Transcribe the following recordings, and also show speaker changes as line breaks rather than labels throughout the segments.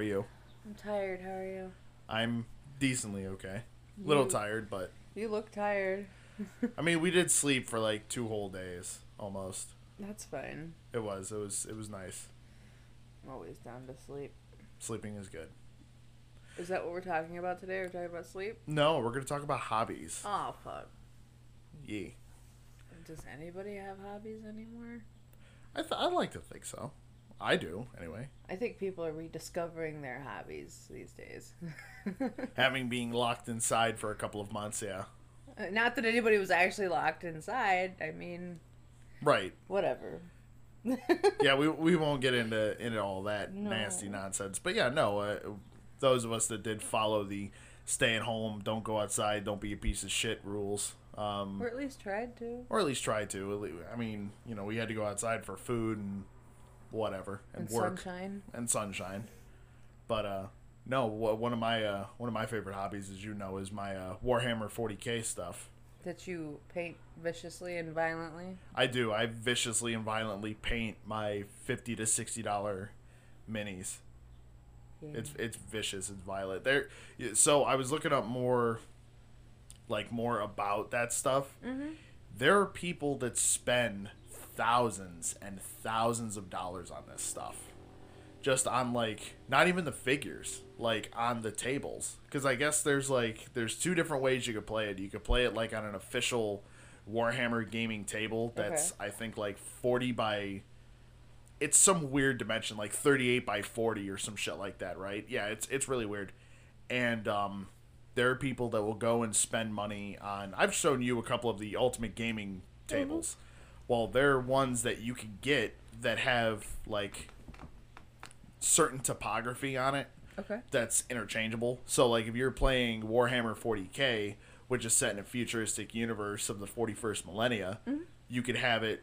you?
I'm tired. How are you?
I'm decently okay. A little
You-
tired, but
You look tired.
I mean, we did sleep for like two whole days almost.
That's fine.
It was. It was. It was nice.
I'm always down to sleep.
Sleeping is good.
Is that what we're talking about today? We're talking about sleep?
No, we're gonna talk about hobbies.
Oh, fuck.
Yeah,
Does anybody have hobbies anymore?
I th- I like to think so. I do anyway.
I think people are rediscovering their hobbies these days.
Having being locked inside for a couple of months, yeah.
Not that anybody was actually locked inside. I mean,
Right.
whatever.
Yeah, we we won't get into into all that
No.
nasty nonsense. But yeah, no. Uh, those of us that did follow the stay at home, don't go outside, don't be a piece of shit rules. Um,
Or at least tried to.
or at least try to. At lea- I mean, you know, we had to go outside for food and whatever and,
And
work
sunshine.
and sunshine. But uh, no, wha- one of my uh, one of my favorite hobbies, as you know, is my uh, Warhammer 40k stuff.
That you paint viciously and violently.
I do. I viciously and violently paint my fifty to sixty dollar minis.
Yeah.
It's it's vicious. It's violent. There. So I was looking up more, like more about that stuff. There are people that spend thousands and thousands of dollars on this stuff, just on like not even the figures, like on the tables. Because I guess there's like there's two different ways you could play it. You could play it like on an official Warhammer gaming table that's I think like forty by it's some weird dimension like 38 by 40 or some shit like that right yeah it's it's really weird and um there are people that will go and spend money on i've shown you a couple of the ultimate gaming tables well there are ones that you can get that have like certain topography on it
Okay.
that's interchangeable. So like if you're playing Warhammer 40K, which is set in a futuristic universe of the 41st millennia, you could have it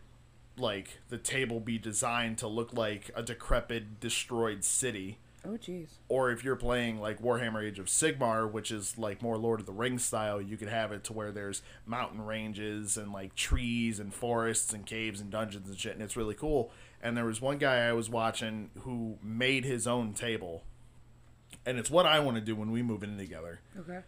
like the table be designed to look like a decrepit destroyed city
Oh, jeez.
or if you're playing like Warhammer Age of Sigmar, which is like more Lord of the Rings style, you could have it to where there's mountain ranges and like trees and forests and caves and dungeons and shit, and it's really cool. And there was one guy I was watching who made his own table, and it's what I want to do when we move in together
Okay.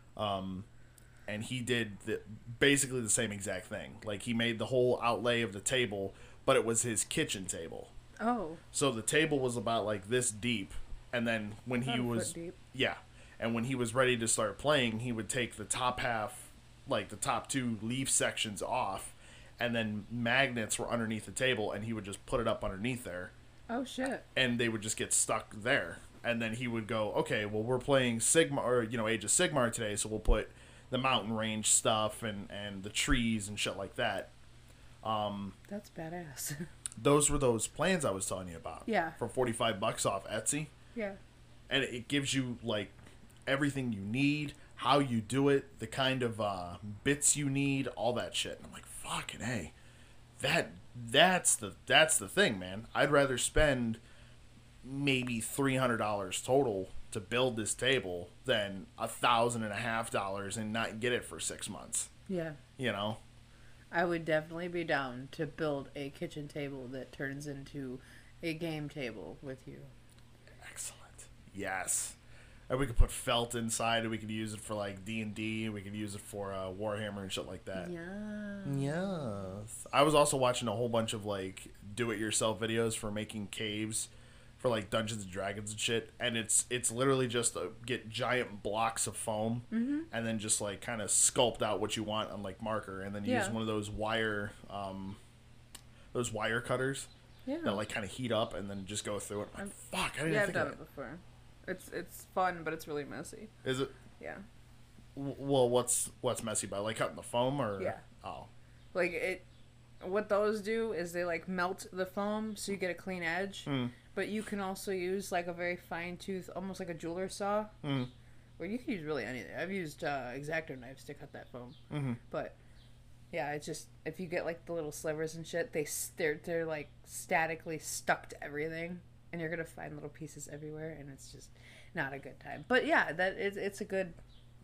and he did the, basically the same exact thing. Like he made the whole outlay of the table, but it was his kitchen table.
Oh.
So the table was about like this deep, and then when he
About a foot
was
deep.
yeah, and when he was ready to start playing, he would take the top half, like the top two leaf sections off, and then magnets were underneath the table, and he would just put it up underneath there,
Oh, shit.
and they would just get stuck there. And then he would go, okay, well, we're playing Sigma or you know Age of Sigmar today, so we'll put the mountain range stuff and and the trees and shit like that.
That's badass.
Those were those plans I was telling you about.
Yeah.
for forty five bucks off Etsy,
yeah.
and it gives you like everything you need, how you do it, the kind of uh, bits you need, all that shit. And I'm like, fucking hey, that that's the that's the thing, man. I'd rather spend maybe three hundred dollars total to build this table than a thousand and a half dollars and not get it for six months.
Yeah.
You know,
I would definitely be down to build a kitchen table that turns into a game table with you.
excellent. Yes. And we could put felt inside, and we could use it for like D and D. We could use it for uh, Warhammer and shit like that.
Yeah.
Yes. I was also watching a whole bunch of like do it yourself videos for making caves for like Dungeons and Dragons and shit and it's it's literally just uh get giant blocks of foam
Mm-hmm.
and then just like kind of sculpt out what you want on like marker and then use
Yeah.
one of those wire um those wire cutters
Yeah.
that like kind of heat up and then just go through it. I'm like, fuck, I didn't
yeah, I've
think of
done
it.
it before. It's it's fun, but it's really messy.
Is it
Yeah.
w- well what's what's messy about like cutting the foam or
Yeah.
oh
Like it what those do is they like melt the foam so you get a clean edge. But you can also use like a very fine tooth, almost like a jeweler saw.
Mm.
Or you can use really anything. I've used uh, exacto knives to cut that foam.
Mhm.
But yeah, it's just if you get like the little slivers and shit, they s- they're they're like statically stuck to everything, and you're gonna find little pieces everywhere, and it's just not a good time. But yeah, that is it's a good,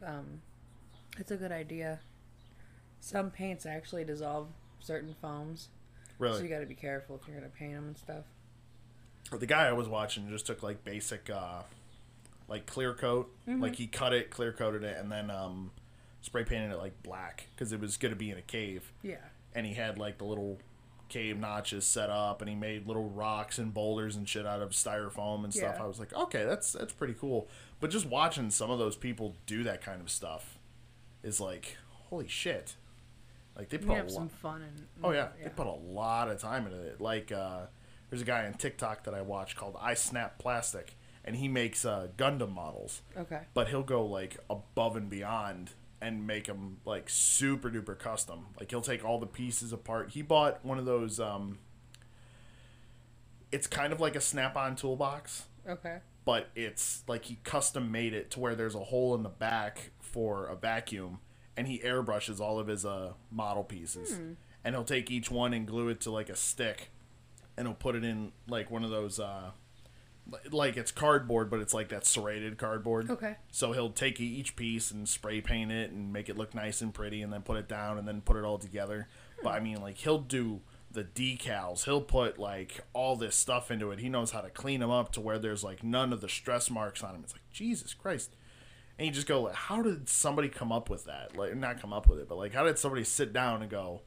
um, it's a good idea. Some paints actually dissolve certain foams,
really
so you got to be careful if you're gonna paint them and stuff.
the guy I was watching just took like basic uh like clear coat.
Mm-hmm.
Like he cut it, clear coated it, and then um, spray painted it like black because it was going to be in a cave.
Yeah.
And he had like the little cave notches set up, and he made little rocks and boulders and shit out of styrofoam and stuff.
Yeah.
I was like, okay, that's that's pretty cool. But just watching some of those people do that kind of stuff is like, holy shit! Like they
You
put
can
a
have
lot.
some fun and
Oh yeah. they put a lot of time into it. Like uh, there's a guy on TikTok that I watch called I Snap Plastic, and he makes uh, Gundam models,
Okay.
but he'll go like above and beyond and make them like super duper custom. Like he'll take all the pieces apart. He bought one of those. Um, it's kind of like a snap-on toolbox,
Okay.
but it's like he custom made it to where there's a hole in the back for a vacuum and he airbrushes all of his uh, model pieces and he'll take each one and glue it to like a stick and he'll put it in like one of those uh, li- like it's cardboard but it's like that serrated cardboard
Okay.
so he'll take e-, each piece and spray paint it and make it look nice and pretty and then put it down and then put it all together but i mean like he'll do the decals he'll put like all this stuff into it he knows how to clean them up to where there's like none of the stress marks on them it's like jesus christ and you just go like how did somebody come up with that like not come up with it but like how did somebody sit down and go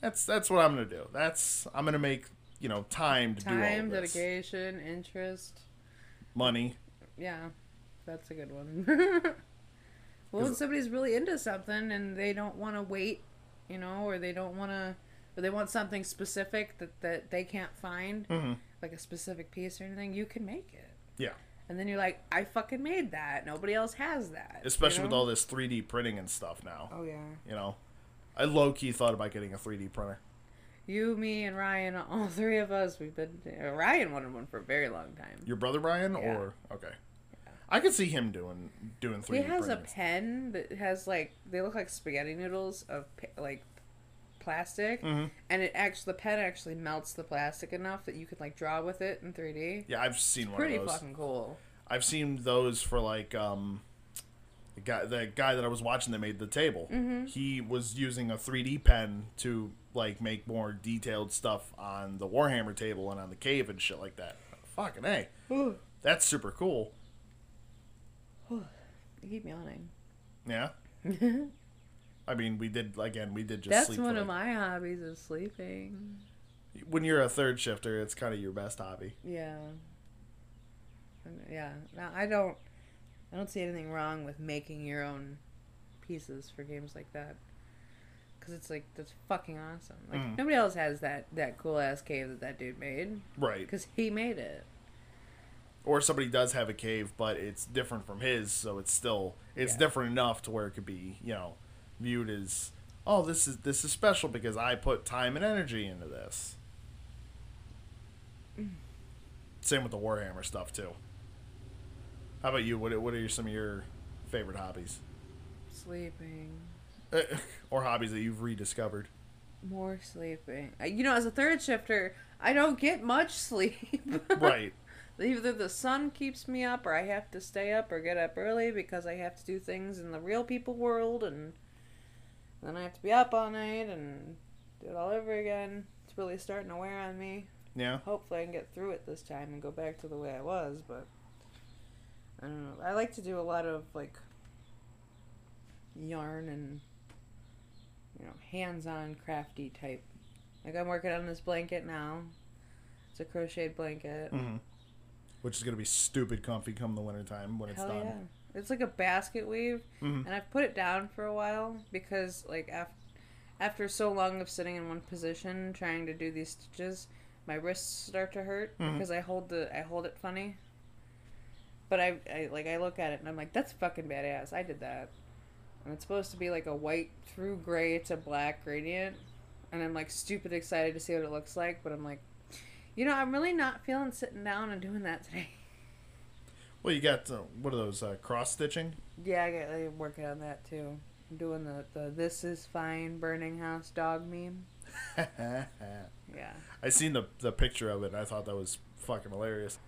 that's that's what i'm gonna do that's i'm gonna make you know time to do all
Time,
of this.
dedication, interest.
money
Yeah, that's a good one. well, when
'Cause-
somebody's really into something and they don't want to wait, you know, or they don't want to, or they want something specific that, that they can't find,
Mm-hmm.
like a specific piece or anything, you can make it.
yeah
And then you're like, I fucking made that. Nobody else has that.
especially
you
with
know?
all this 3d printing and stuff now
Oh, yeah.
you know i low-key thought about getting a 3d printer
You, me, and Ryan, all three of us, we've been. uh, Ryan wanted one for a very long time.
your brother brian
Yeah.
or okay i could see him doing doing 3d
He has a
printing
pen that has like they look like spaghetti noodles of pa- like plastic,
Mhm.
and it actually the pen actually melts the plastic enough that you can like draw with it in 3D.
yeah i've seen one of
Pretty
those
fucking cool.
i've seen those for like um the guy the guy that i was watching that made the table
Mm-hmm.
he was using a 3d pen to like make more detailed stuff on the warhammer table and on the cave and shit like that fucking hey that's super cool
I keep yawning.
yeah i mean we did again we did just
That's
sleep for,
one of
like,
my hobbies is sleeping.
when you're a third shifter, it's kind of your best hobby.
Yeah. And- Yeah. Now I don't. I don't see anything wrong with making your own pieces for games like that. Cause it's like that's fucking awesome. Like
Mm.
nobody else has that that cool ass cave that that dude made.
Right.
Cause he made it.
Or somebody does have a cave, but it's different from his, so it's still it's
Yeah.
different enough to where it could be, you know, viewed as oh, this is this is special because I put time and energy into this. Same with the Warhammer stuff too. How about you? What what are some of your favorite hobbies?
Sleeping.
or hobbies that you've rediscovered?
More sleeping. Uh, You know, as a third shifter, I don't get much sleep.
right.
Either the sun keeps me up, or I have to stay up or get up early because I have to do things in the real people world, and then I have to be up all night and do it all over again. It's really starting to wear on me.
Yeah.
Hopefully, I can get through it this time and go back to the way I was, but I don't know. I like to do a lot of like yarn and you know, hands on crafty type. Like, I'm working on this blanket now. It's a crocheted blanket.
hmm Which is gonna be stupid comfy come the wintertime when it's
Hell
done.
yeah. It's like a basket weave,
Mhm.
and I've put it down for a while because, like, af- after so long of sitting in one position trying to do these stitches, my wrists start to hurt
Mhm.
because I hold the I hold it funny. But I, I like I look at it and I'm like, that's fucking badass. I did that, and it's supposed to be like a white through gray to black gradient, and I'm like stupid excited to see what it looks like. But I'm like, you know, I'm really not feeling sitting down and doing that today.
Well, you got uh, what are those uh, cross stitching?
Yeah, I got I'm working on that too. I'm doing the, the this is fine burning house dog meme.
I
Yeah.
seen the the picture of it. and I thought that was fucking hilarious.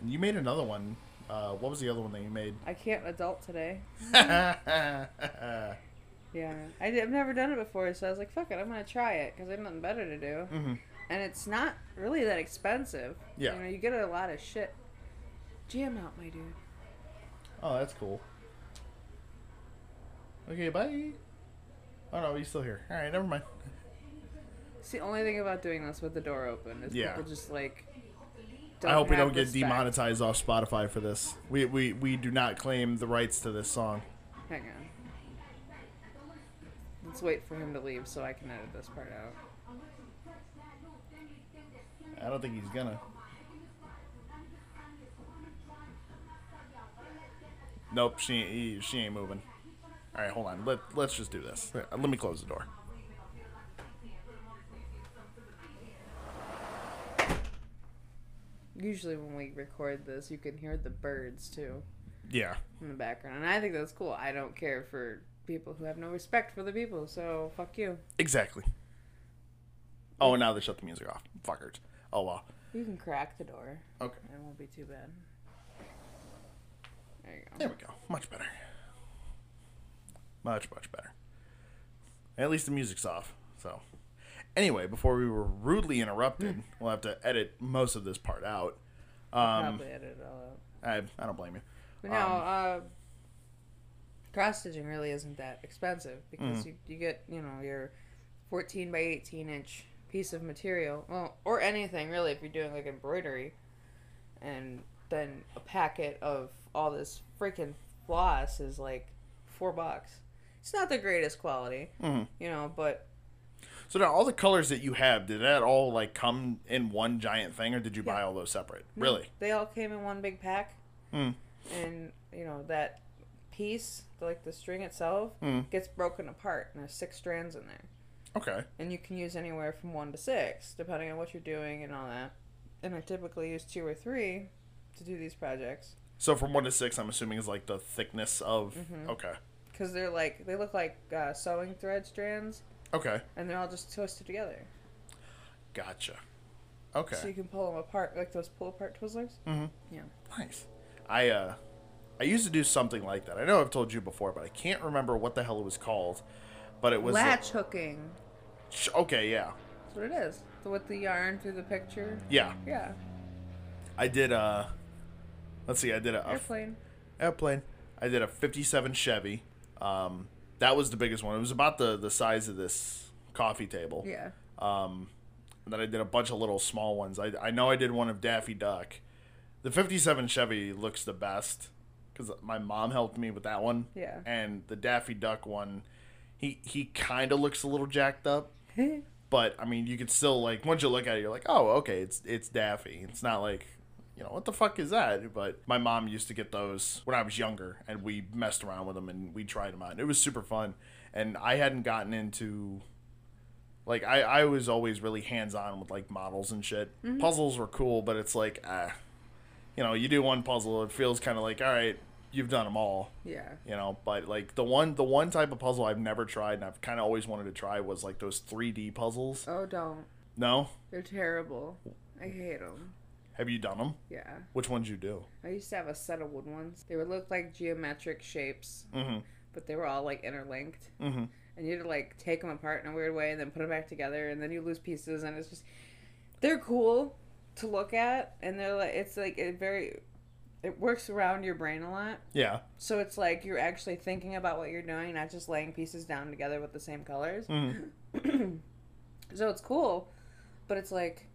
And you made another one. Uh, what was the other one that you made?
I can't adult today. Yeah. I, have never done it before, so I was like, fuck it, I'm going to try it because I have nothing better to do.
hmm
And it's not really that expensive.
Yeah.
You know, you get a lot of shit. Jam out, my dude.
Oh, that's cool. Okay, bye. Oh no, he's still here. All right, never mind.
It's the only thing about doing this with the door open is
Yeah.
people just like.
I hope we
have
don't get
respect.
demonetized off Spotify for this. We, we we do not claim the rights to this song.
Hang on. Let's wait for him to leave so I can edit this part out.
I don't think he's gonna. Nope, she he- she ain't moving. All right, hold on. Let let's just do this. Let let me close the door.
Usually when we record this, you can hear the birds too
Yeah.
in the background, and I think that's cool. I don't care for people who have no respect for the people, so fuck you.
Exactly. Oh, and now they shut the music off. Fuckers. Oh well.
You can crack the door.
Okay.
It won't be too bad. There you go.
There we go. Much better. Much much better. At least the music's off. So, anyway, before we were rudely interrupted, we'll have to edit most of this part out. Um,
Probably edit it all out.
I I don't blame you.
But no,
Um,
uh, cross stitching really isn't that expensive because
Mm.
you, you get you know your 14 by 18 inch piece of material, well, or anything really if you're doing like embroidery, and then a packet of all this freaking floss is like four bucks. It's not the greatest quality,
Mhm.
you know, but
So now all the colors that you have, did that all like come in one giant thing, or did you buy all those separate? Really?
They all came in one big pack.
Mm.
And, you know, that piece, like the string itself,
Mm.
gets broken apart, and there's six strands in there.
Okay.
And you can use anywhere from one to six, depending on what you're doing and all that. And I typically use two or three to do these projects
So from one to six, I'm assuming is like the thickness of.
Mm-hmm.
Okay.
because they're like, they look like uh, sewing thread strands,
Okay.
and they're all just twisted together.
Gotcha. Okay.
So you can pull them apart, like those pull apart Twizzlers.
Mhm.
Yeah.
Nice. I uh I used to do something like that. I know I've told you before, but I can't remember what the hell it was called. But it was a-
Latch hooking.
sh- okay, yeah.
That's what it is. With the yarn through the picture.
Yeah.
Yeah.
I did uh let's see, I did a, a
Airplane.
airplane. I did a 57 Chevy. Um that was the biggest one. It was about the the size of this coffee table.
Yeah.
Um, and then I did a bunch of little small ones. I, I know I did one of Daffy Duck. The 57 Chevy looks the best because my mom helped me with that one.
Yeah.
And the Daffy Duck one, he, he kind of looks a little jacked up. But I mean, you could still like once you look at it, you're like, oh, okay, it's it's Daffy. It's not like, you know, what the fuck is that? But my mom used to get those when I was younger, and we messed around with them and we tried them out, and it was super fun. And I hadn't gotten into, like, I I was always really hands on with like models and shit. Puzzles were cool, but it's like, ah, you know, you do one puzzle, it feels kind of like, all right, you've done them all
Yeah.
you know but like the one the one type of puzzle i've never tried and i've kind of always wanted to try was like those 3d puzzles
Oh, don't.
no
They're terrible. I hate them.
have you done them
Yeah.
which ones you do
I used to have a set of wood ones. They would look like geometric shapes,
mm-hmm
but they were all like interlinked.
mm-hmm
And you had to like take them apart in a weird way and then put them back together and then you lose pieces and it's just they're cool to look at and they're like it's like it very it works around your brain a lot.
yeah
So it's like you're actually thinking about what you're doing, not just laying pieces down together with the same colors.
Mhm.
so it's cool, but it's like,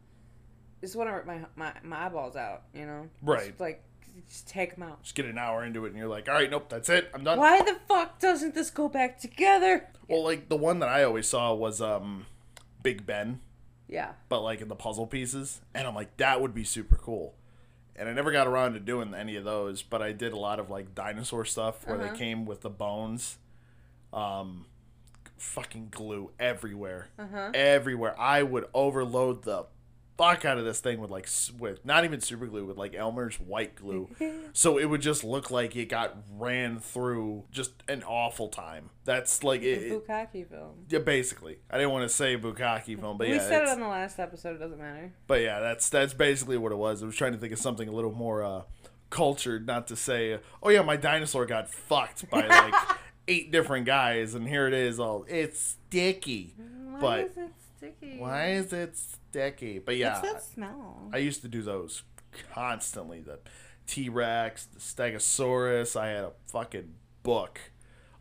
just want to rip my, my my eyeballs out, you know?
Right.
Just, like, just take them out.
just get an hour into it and you're like all right nope that's it i'm done
Why the fuck doesn't this go back together?
well like the one that i always saw was um big ben
Yeah.
but like in the puzzle pieces and i'm like that would be super cool and i never got around to doing any of those but i did a lot of like dinosaur stuff where
Uh-huh.
they came with the bones um fucking glue everywhere
Uh huh.
everywhere i would overload the fuck out of this thing with like s- with not even super glue with like elmer's white glue so it would just look like it got ran through just an awful time that's like it,
The
it-
Bukaki film.
yeah basically i didn't want to say bukaki film but
we
yeah
said it
it's-
on the last episode. It doesn't matter.
but yeah, that's that's basically what it was. I was trying to think of something a little more uh, cultured, not to say, oh yeah, my dinosaur got fucked by like eight different guys, and here it is. All it's sticky.
Why
But-
is it sticky?
Why is it sticky? But yeah,
What's that smell?
I used to do those constantly. The T Rex, the Stegosaurus. I had a fucking book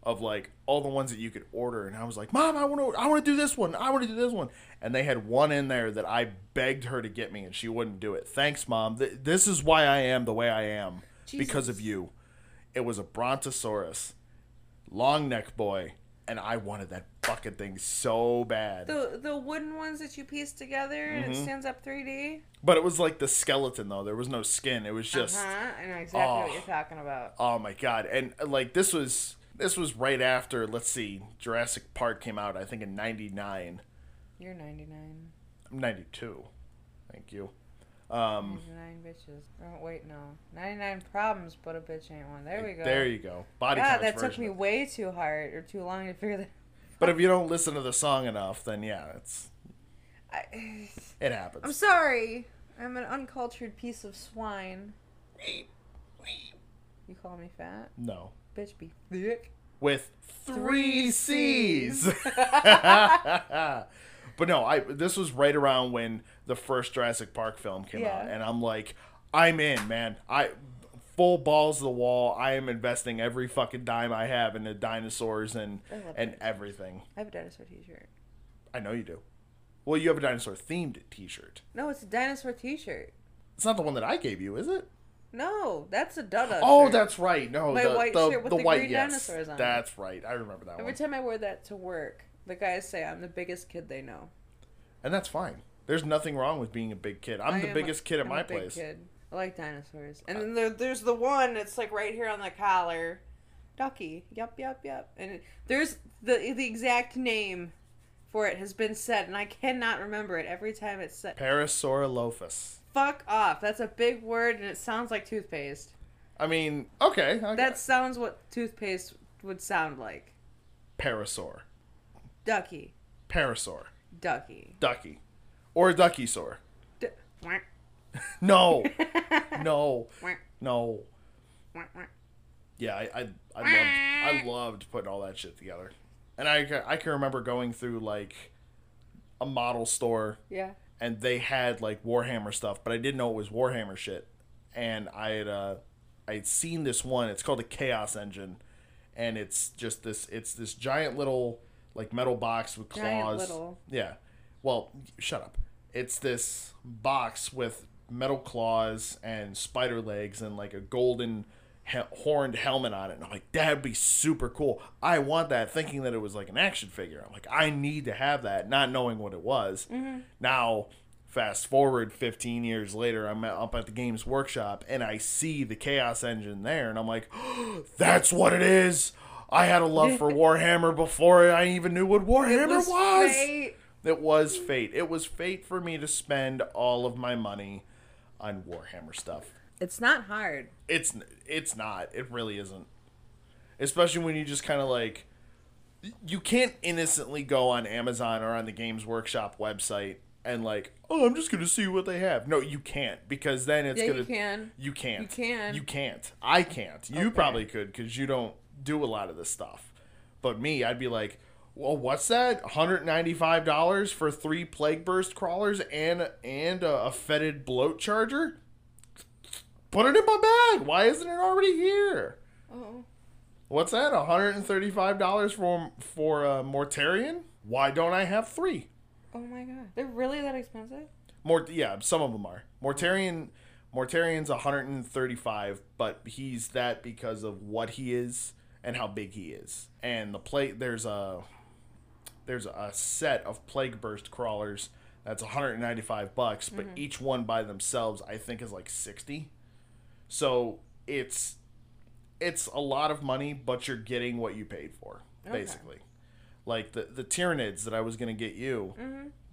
of like all the ones that you could order, and I was like, "Mom, I want to, I want to do this one. I want to do this one." And they had one in there that I begged her to get me, and she wouldn't do it. Thanks, Mom. Th- this is why I am the way I am because of
Jesus.
you. It was a Brontosaurus, long neck boy, and I wanted that fucking thing so bad.
The the wooden ones that you piece together and it
Mm-hmm.
stands up 3D.
But it was like the skeleton though. There was no skin. It was just
uh-huh. I know exactly
Oh.
what you're talking about.
oh my god. And uh, like this was this was right after let's see Jurassic Park came out I think in 99,
You're 99.
92. Thank you. Um,
99 bitches. Oh, wait, no. 99 problems, but a bitch ain't one. There we go.
There you go. Body
God,
count's
that took
version
me
of-
way too hard or too long to figure that
But if you don't listen to the song enough, then yeah, it's
I,
it
I'm
happens.
sorry. I'm an uncultured piece of swine. You call me fat?
No.
Bitch be thick.
With three
Three
C's. but no, I this was right around when the first Jurassic Park film came out,
Yeah.
and I'm like, I'm in, man. I full balls to the wall. I am investing every fucking dime I have into dinosaurs and
I love
and
dinosaurs.
everything.
I have a dinosaur t-shirt.
I know you do. Well, you have a dinosaur themed T-shirt.
No, it's a dinosaur t-shirt.
It's not the one that I gave you, is it?
No, that's a dada.
Oh,
shirt.
that's right. No,
My
the,
white
the,
shirt with
the,
the
white
green
yes.
dinosaurs on it.
That's right. I remember that
Every
one,
time I wear that to work, the guys say I'm the biggest kid they know.
and that's fine. There's nothing wrong with being a big kid. I'm
I
the
am
biggest
a-
kid at
I'm
my
a big
place. Uh,
Kid. I like dinosaurs. And then there, there's the one that's like right here on the collar, Ducky. Yup, yup, yup. And it- there's the the exact name for it has been said, and I cannot remember it every time it's said.
Parasaurolophus.
Fuck off. That's a big word, and it sounds like toothpaste.
I mean, okay. I
That sounds what toothpaste would sound like.
Parasaur.
Ducky,
Parasaur.
Ducky.
Ducky. Or a duckysaur.
D- Quack,
No. no.
quack,
No.
quack, quack.
Yeah, I, I, I loved I loved putting all that shit together. And I, ca- I can remember going through like a model store
yeah.
and they had like Warhammer stuff, but I didn't know it was Warhammer shit. And I had uh, I'd seen this one. It's called a Chaos Engine, and it's just this. It's this giant little like metal box with claws.
Giant little.
Yeah. Well, shut up. It's this box with metal claws and spider legs and like a golden he- horned helmet on it. And I'm like, that'd be super cool. I want that, thinking that it was like an action figure. I'm like, I need to have that, not knowing what it was. Now, fast forward 15 years later, I'm at- up at the Games Workshop and I see the Chaos Engine there. And I'm like, that's what it is. I had a love for Warhammer before I even knew what Warhammer
This
was.
fate-
It was fate. It was fate for me to spend all of my money on Warhammer stuff.
It's not hard.
It's it's not. It really isn't. Especially when you just kind of like you can't innocently go on Amazon or on the Games Workshop website and like, "Oh, I'm just going to see what they have." No, you can't because then it's
Yeah,
going
you can.
You can't.
You can.
You can't. I can't. You probably could cuz you don't do a lot of this stuff. But me, I'd be like, "Well, what's that? $195 for 3 plague burst crawlers and and a, a fetid bloat charger?" Put it in my bag. Why isn't it already here?
Oh.
What's that? One hundred and thirty-five dollars for for a Mortarian? Why don't I have three?
Oh my god. They're really that expensive?
Mort, yeah, some of them are Mortarian. Mortarian's one hundred and thirty-five, but he's that because of what he is and how big he is. And the plate there's a there's a set of plague burst crawlers that's 195 bucks, but each one by themselves I think is like 60. So it's it's a lot of money, but you're getting what you paid for, basically. Like the the Tyranids that I was gonna get you,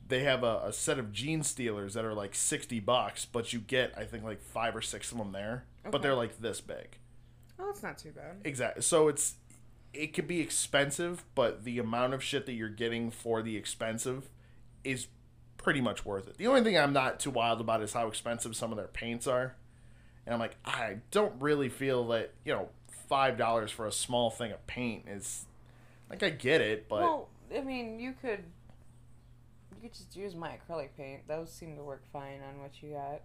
they have a, a set of gene stealers that are like sixty bucks, but you get I think like five or six of them there, but
Okay.
they're like this big.
Oh, it's not too bad.
Exactly. So it's it could be expensive, but the amount of shit that you're getting for the expensive is pretty much worth it. The only thing I'm not too wild about is how expensive some of their paints are. And I'm like, I don't really feel that, you know, five dollars for a small thing of paint is like I get it, but
Well, I mean, you could you could just use my acrylic paint. Those seem to work fine on what you got.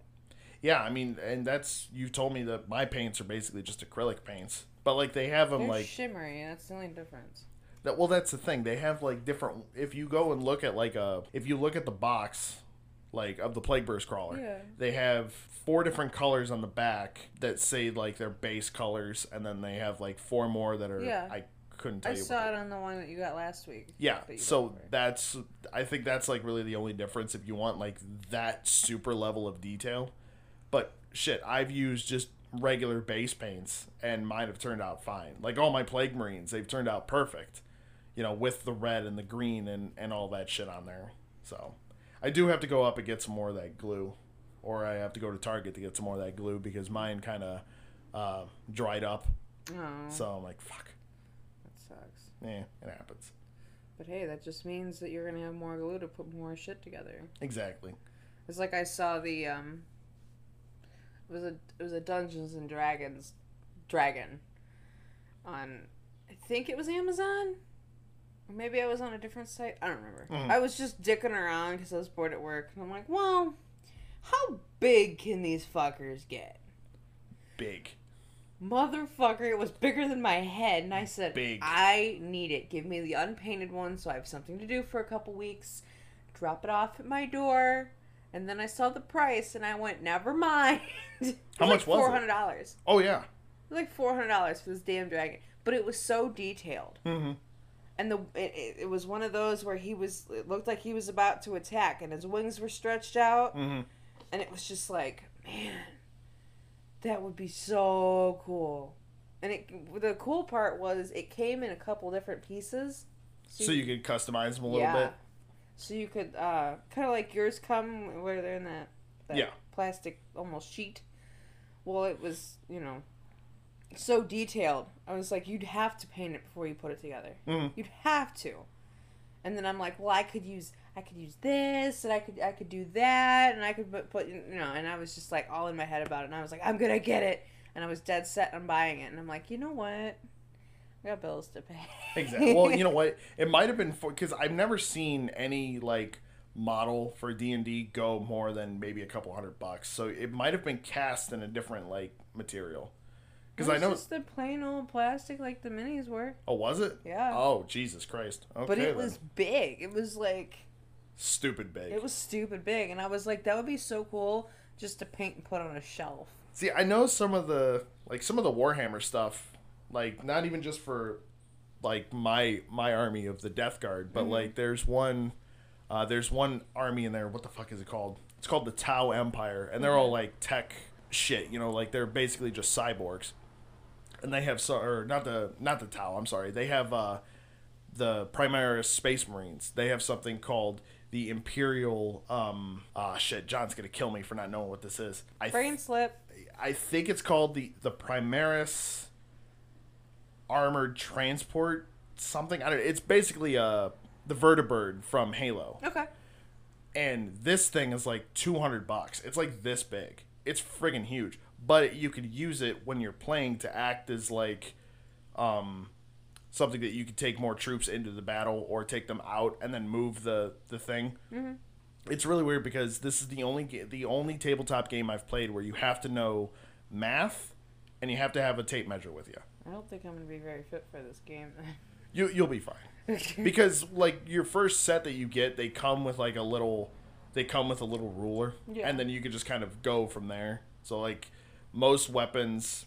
yeah, I mean, and that's you told me that my paints are basically just acrylic paints, but like they have them
They're
like
shimmery. That's the only difference.
that. Well, that's the thing. They have like different. If you go and look at like a, if you look at the box, like of the Plague Burst Crawler,
Yeah.
they have four different colors on the back that say like their base colors, and then they have like four more that are.
Yeah.
I couldn't tell
I
you. what
saw
they-
it on the one that you got last week.
yeah,
that you
so
brought over.
that's I think that's like really the only difference if you want like that super level of detail. But shit, I've used just regular base paints and mine have turned out fine. Like all my plague marines, they've turned out perfect. You know, with the red and the green and and all that shit on there. So, I do have to go up and get some more of that glue or I have to go to Target to get some more of that glue because mine kind of uh, dried up.
Oh,
So I'm like, fuck.
that sucks.
Yeah, it happens.
But hey, that just means that you're gonna have more glue to put more shit together.
Exactly.
It's like I saw the um. It was a it was a Dungeons and Dragons, dragon, on, I think it was Amazon, or maybe I was on a different site. I don't remember.
Mhm.
I was just dicking around because I was bored at work, and I'm like, well, how big can these fuckers get?
Big.
Motherfucker, it was bigger than my head, and I said,
Big.
I need it. Give me the unpainted one so I have something to do for a couple weeks. Drop it off at my door. And then I saw the price, and I went, never mind. It
How much was it?
like $400. It
Oh yeah.
was like $400 for this damn dragon. But it was so detailed.
Mm-hmm.
And the it, it, it was one of those where he was, it looked like he was about to attack, and his wings were stretched out.
Mm-hmm.
and it was just like, man, that would be so cool. And it the cool part was it came in a couple different pieces,
So you could customize them a little bit.
So you could uh, kind of like yours come where they're in that, that
Yeah.
plastic almost sheet. Well, it was you know so detailed. I was like, you'd have to paint it before you put it together.
Mhm.
You'd have to. And then I'm like, well, I could use I could use this, and I could I could do that, and I could put, put you know. And I was just like all in my head about it, and I was like, I'm gonna get it, and I was dead set on buying it, and I'm like, you know what, I got bills to pay.
Exactly. Well, you know what? It might have been for because I've never seen any like model for D and D go more than maybe a couple hundred bucks. So it might have been cast in a different like material. Because I
It's
know.
just the plain old plastic like the minis were.
Oh, was it?
Yeah.
Oh, Jesus Christ. Okay.
But it
then.
was big. It was like
stupid big.
it was stupid big, and I was like, that would be so cool just to paint and put on a shelf.
See, I know some of the like some of the Warhammer stuff, like not even just for like my my army of the Death Guard, but like there's one uh there's one army in there, what the fuck is it called? It's called the Tau Empire, and they're all like tech shit, you know, like they're basically just cyborgs. And they have so or not the not the Tau, I'm sorry. They have uh the Primaris Space Marines. They have something called the Imperial um ah shit, John's gonna kill me for not knowing what this is. I
Brain slip.
I think it's called the the Primaris armored transport something. I don't. It's basically uh the vertibird from Halo,
Okay.
and this thing is like two hundred bucks. It's like this big. It's friggin' huge. But you could use it when you're playing to act as like um something that you could take more troops into the battle or take them out and then move the the thing it's really weird because this is the only ga- the only tabletop game I've played where you have to know math and you have to have a tape measure with you.
I don't think I'm gonna be very fit for this game.
You you'll be fine. because like your first set that you get, they come with like a little they come with a little ruler
Yeah.
and then you can just kind of go from there. So like most weapons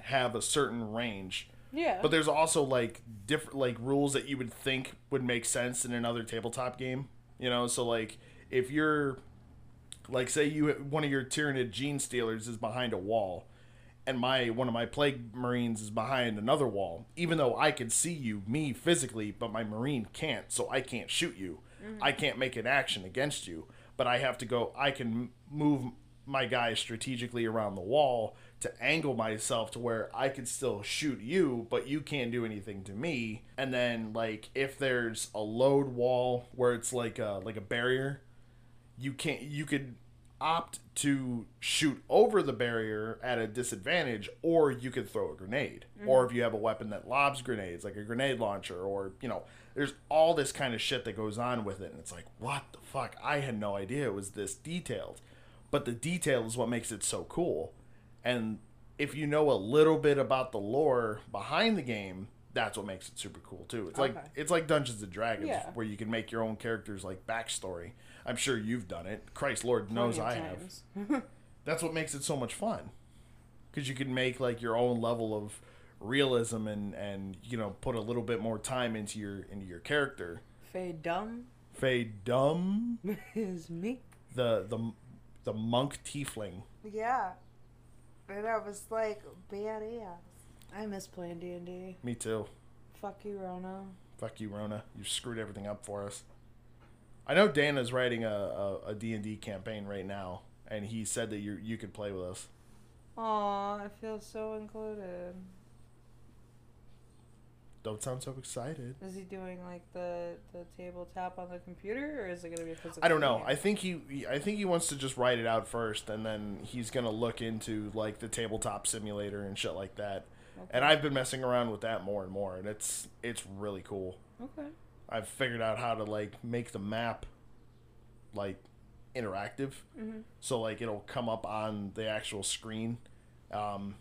have a certain range.
yeah.
But there's also like different like rules that you would think would make sense in another tabletop game. You know, so like if you're like say you one of your Tyranid gene stealers is behind a wall and my one of my plague marines is behind another wall even though i can see you me physically but my marine can't so i can't shoot you i can't make an action against you but i have to go i can m- move my guy strategically around the wall to angle myself to where i could still shoot you but you can't do anything to me and then like if there's a load wall where it's like a like a barrier you can't you could opt to shoot over the barrier at a disadvantage or you could throw a grenade
Mm-hmm.
or if you have a weapon that lobs grenades like a grenade launcher or you know there's all this kind of shit that goes on with it and it's like what the fuck i had no idea it was this detailed but the detail is what makes it so cool. And if you know a little bit about the lore behind the game, that's what makes it super cool too. It's like
Okay.
it's like Dungeons and Dragons
Yeah.
where you can make your own characters like backstory. I'm sure you've done it. Christ Lord knows I
Plenty of
have.
times.
That's what makes it so much fun. Cuz you can make like your own level of realism and and you know put a little bit more time into your into your character.
Faye Dumb
Faye Dumb,
is me.
the the the monk tiefling.
Yeah. And I was like, badass. I miss playing D&D.
Me too.
Fuck you, Rona.
Fuck you, Rona. You screwed everything up for us. I know Dana's writing a, a, a D&D campaign right now, and he said that you you could play with us.
Aw, I feel so included.
Don't sound so excited.
Is he doing like the the tabletop on the computer, or is it gonna be a physical?
I don't know.
game?
I think he he- I think he wants to just write it out first, and then he's gonna look into like the tabletop simulator and shit like that. And I've been messing around with that more and more, and it's it's really cool.
okay.
I've figured out how to like make the map like interactive. So like it'll come up on the actual screen. Um,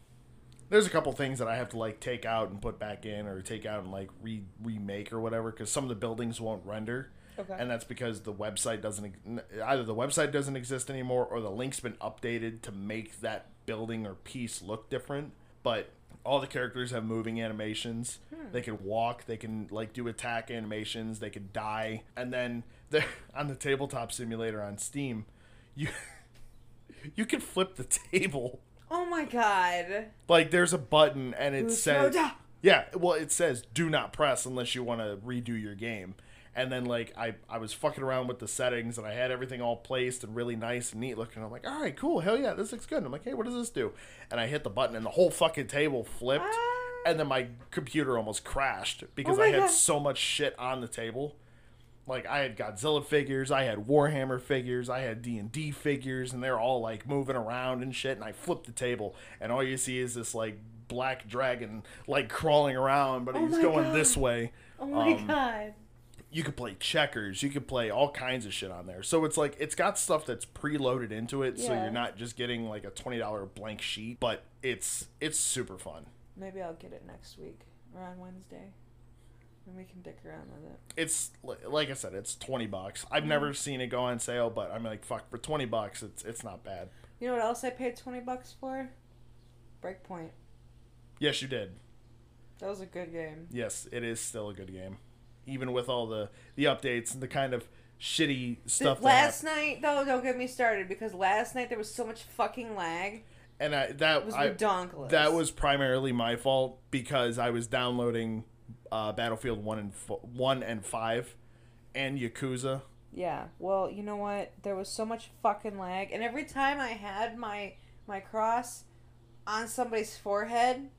there's a couple things that I have to like take out and put back in, or take out and like re remake or whatever, because some of the buildings won't render.
Okay.
And that's because the website doesn't ex- either the website doesn't exist anymore, or the link's been updated to make that building or piece look different. But all the characters have moving animations. They can walk. They can like do attack animations. They can die. And then the on the tabletop simulator on Steam, you you can flip the table.
Oh my god.
Like there's a button and it
Who's
says
Yoda?
Yeah, well it says do not press unless you want to redo your game. And then like I I was fucking around with the settings and I had everything all placed and really nice and neat looking. I'm like, "All right, cool. Hell yeah, this looks good." And I'm like, "Hey, what does this do?" And I hit the button and the whole fucking table flipped
Ah.
and then my computer almost crashed because
Oh
I
my
had
God.
so much shit on the table. Like I had Godzilla figures, I had Warhammer figures, I had D and D figures, and they're all like moving around and shit. And I flipped the table, and all you see is this like black dragon like crawling around, but
Oh
he's
my
going
God.
this way.
Oh my
Um,
god.
You could play checkers, you could play all kinds of shit on there. So it's like it's got stuff that's preloaded into it, so
Yeah.
you're not just getting like a twenty dollar blank sheet. But it's it's super fun.
Maybe I'll get it next week or on Wednesday, and we can dick around with it.
it's li- like I said, it's twenty bucks. I've
Mm-hmm.
never seen it go on sale, but I'm like, fuck, for twenty bucks, it's it's not bad.
You know what else I paid twenty bucks for? Breakpoint.
Yes, you did.
That was a good game.
Yes, it is still a good game, even with all the the updates and the kind of shitty stuff.
Th-
That hap-
last night though, don't get me started because last night there was so much fucking lag.
and I
It
that
was
I,
redonkulous.
that was primarily my fault because I was downloading uh, Battlefield one and fo- one and five, and Yakuza.
Yeah. Well, you know what? There was so much fucking lag, and every time I had my my cross on somebody's forehead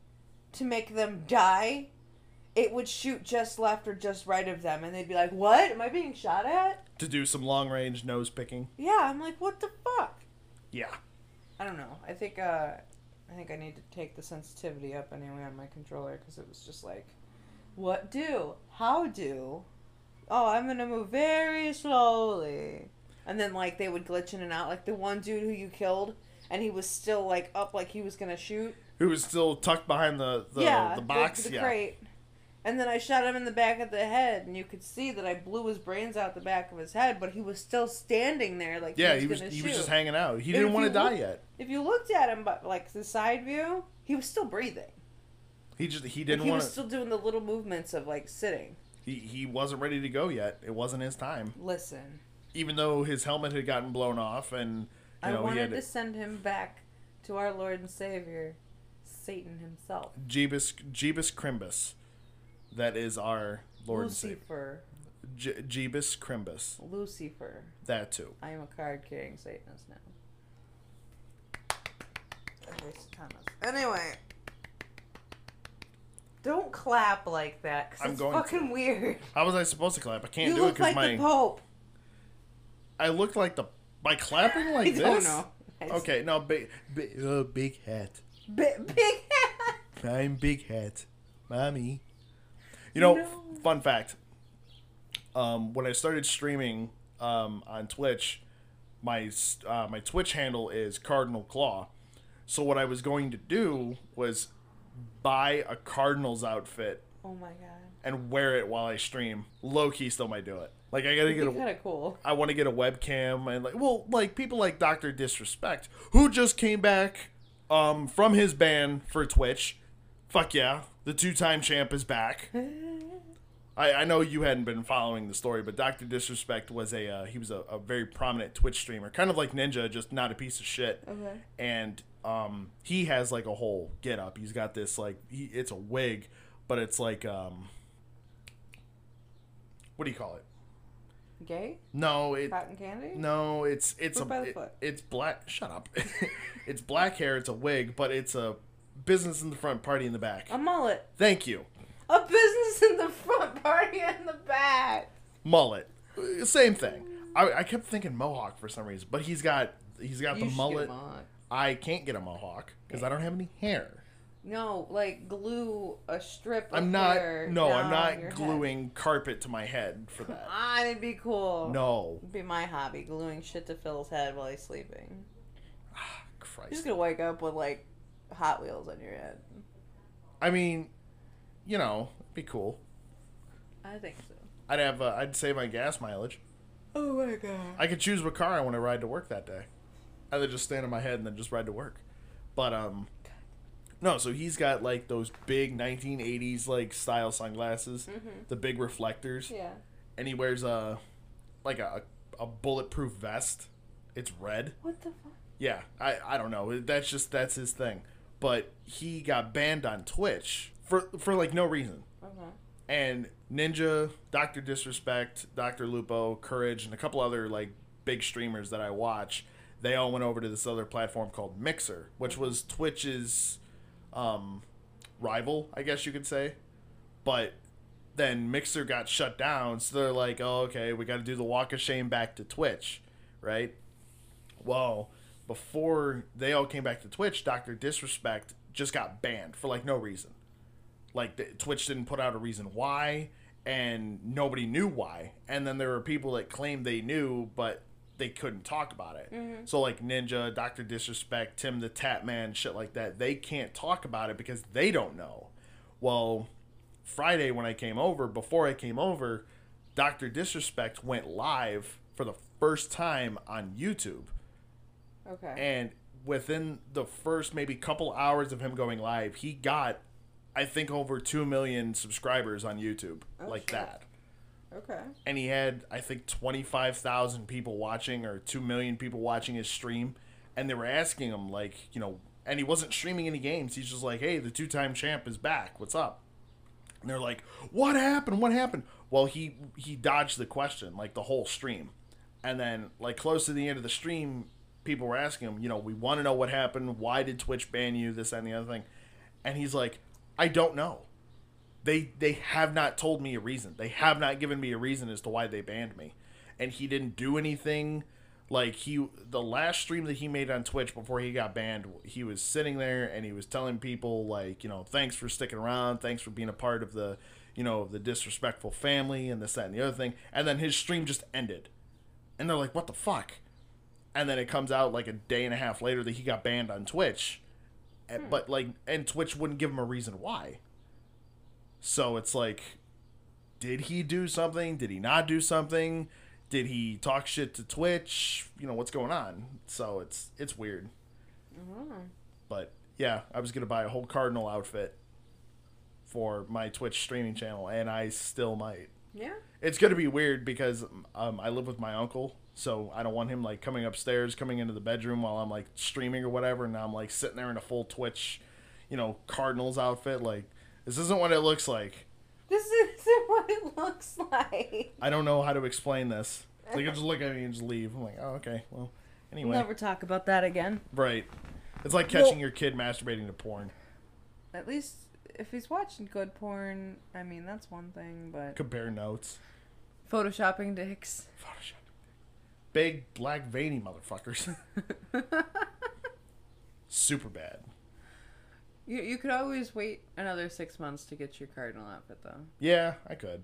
to make them die, it would shoot just left or just right of them, and they'd be like, "What? Am I being shot at?"
To do some long range nose picking.
Yeah. I'm like, "What the fuck?"
Yeah.
I don't know. I think uh, I think I need to take the sensitivity up anyway on my controller because it was just like, what do? How do? Oh, I'm gonna move very slowly. And then like they would glitch in and out. Like the one dude who you killed, and he was still like up, like he was gonna shoot.
Who was still tucked behind the the, the box?
the
yeah.
crate. And then I shot him in the back of the head, and you could see that I blew his brains out the back of his head, but he was still standing there, like
Yeah, he was
gonna
he was
shoot.
just hanging out. He
And
didn't
if
want to
you
die
look-
yet.
if you looked at him but like the side view he was still breathing
He just he
like,
didn't
he
want
was
to.
still doing the little movements of like sitting
he he wasn't ready to go yet. It wasn't his time.
listen
Even though his helmet had gotten blown off and you
i
know he
wanted
had
to send him back to our lord and savior satan himself
Jeebus Jeebus Crimbus. That is our Lord and
lucifer
Savior. Je- Jeebus Crimbus.
lucifer
That too.
i am a card carrying satanist now Okay, Satanist. anyway don't clap like that because
I'm
it's
going to.
fucking weird
How was I supposed to clap? I can't
you
do it
look
because
like
my
the pope
I look like the by clapping like
i
this.
don't know
Okay, no big big, uh, big hat.
Big, big hat.
I'm Big Hat, mommy. You know,
No.
f- fun fact. Um, when I started streaming um, on Twitch, my s- uh, my Twitch handle is Cardinal Claw. So what I was going to do was buy a Cardinals outfit
Oh my god.
and wear it while I stream. Low key still might do it. Like I gotta get
Kind
a,
of cool.
I want to get a webcam and like well like people like Doctor Disrespect who just came back um from his ban for Twitch. Fuck yeah, the two time champ is back. I, I know you hadn't been following the story, but Doctor Disrespect was a uh, he was a, a very prominent Twitch streamer, kind of like Ninja, just not a piece of shit.
Okay.
And um, he has like a whole get up. He's got this like he, it's a wig, but it's like um, what do you call it?
Gay?
No, it
Cotton candy?
no, it's it's
Foot
a
by the
it-
foot.
it's black. Shut up. it's black hair. It's a wig, but it's a business in the front, party in the back.
A mullet.
Thank you,
A business in the front, party in the back.
mullet. Uh, Same thing. I, I kept thinking mohawk for some reason, but he's got he's got
You should
the
get a
mullet.
mullet.
I can't get a mohawk because I don't have any hair.
No, like glue a strip. Of
I'm not.
hair
No,
down
I'm
your
not
head.
gluing carpet to my head for that.
Ah, it'd be cool.
No,
It'd be my hobby, gluing shit to Phil's head while he's sleeping. You're just
Christ.
gonna wake up with like Hot Wheels on your head.
I mean, you know, it'd be cool.
I think so.
I'd have. Uh, I'd save my gas mileage.
Oh my god.
I could choose what car I want to ride to work that day. Either just stand in my head and then just ride to work. But um no, so he's got like those big 1980s like style sunglasses, the big reflectors,
Yeah.
and he wears a like a a bulletproof vest. It's red.
What the fuck?
Yeah, I I don't know. That's just that's his thing. But he got banned on Twitch for for like no reason
Okay.
and Ninja, Doctor Disrespect, Doctor Lupo, Courage, and a couple other like big streamers that I watch, they all went over to this other platform called Mixer, which was Twitch's um, rival, I guess you could say. But then Mixer got shut down, so they're like, "Oh, okay, we got to do the walk of shame back to Twitch, right?" Well, before they all came back to Twitch, Doctor Disrespect just got banned for like no reason like the, Twitch didn't put out a reason why, and nobody knew why. And then there were people that claimed they knew, but they couldn't talk about it. So like Ninja, Doctor Disrespect, Tim the Tap Man, shit like that, they can't talk about it because they don't know. Well, Friday when I came over, before I came over, Doctor Disrespect went live for the first time on YouTube.
Okay.
And within the first maybe couple hours of him going live, he got, I think, over 2 million subscribers on YouTube, like
Oh, shit.
that.
okay.
And he had, I think, 25,000 people watching or 2 million people watching his stream. And they were asking him, like, you know, and he wasn't streaming any games. He's just like, hey, the two time champ is back. What's up? And they're like, "What happened? What happened?" Well, he he dodged the question like the whole stream, and then like close to the end of the stream, people were asking him, you know, we want to know what happened. Why did Twitch ban you? This that, and the other thing, and he's like, "I don't know. They they have not told me a reason. They have not given me a reason as to why they banned me." And he didn't do anything. Like he the last stream that he made on Twitch before he got banned, he was sitting there and he was telling people like, you know, thanks for sticking around, thanks for being a part of the, you know, the disrespectful family and this that and the other thing. And then his stream just ended. And they're like, "What the fuck?" And then it comes out like a day and a half later that he got banned on Twitch. And- But like and Twitch wouldn't give him a reason why. So it's like did he do something? Did he not do something? Did he talk shit to Twitch? You know what's going on. So it's it's weird. But yeah, I was gonna buy a whole Cardinal outfit for my Twitch streaming channel, and I still might.
Yeah.
It's gonna be weird because um, I live with my uncle, so I don't want him like coming upstairs, coming into the bedroom while I'm like streaming or whatever, and I'm like sitting there in a full Twitch, you know, Cardinals outfit. Like this isn't what it looks like.
This isn't what it looks like.
I don't know how to explain this. Like, you just look at me and just leave. I'm like, oh, okay. Well, anyway,
Never talk about that again.
right. It's like catching
Well-
your kid masturbating to porn.
At least if he's watching good porn, I mean that's one thing, but
Compare notes.
Photoshopping dicks.
Photoshop. Big black veiny motherfuckers. Super bad.
you you could always wait another six months to get your cardinal outfit though.
Yeah, I could.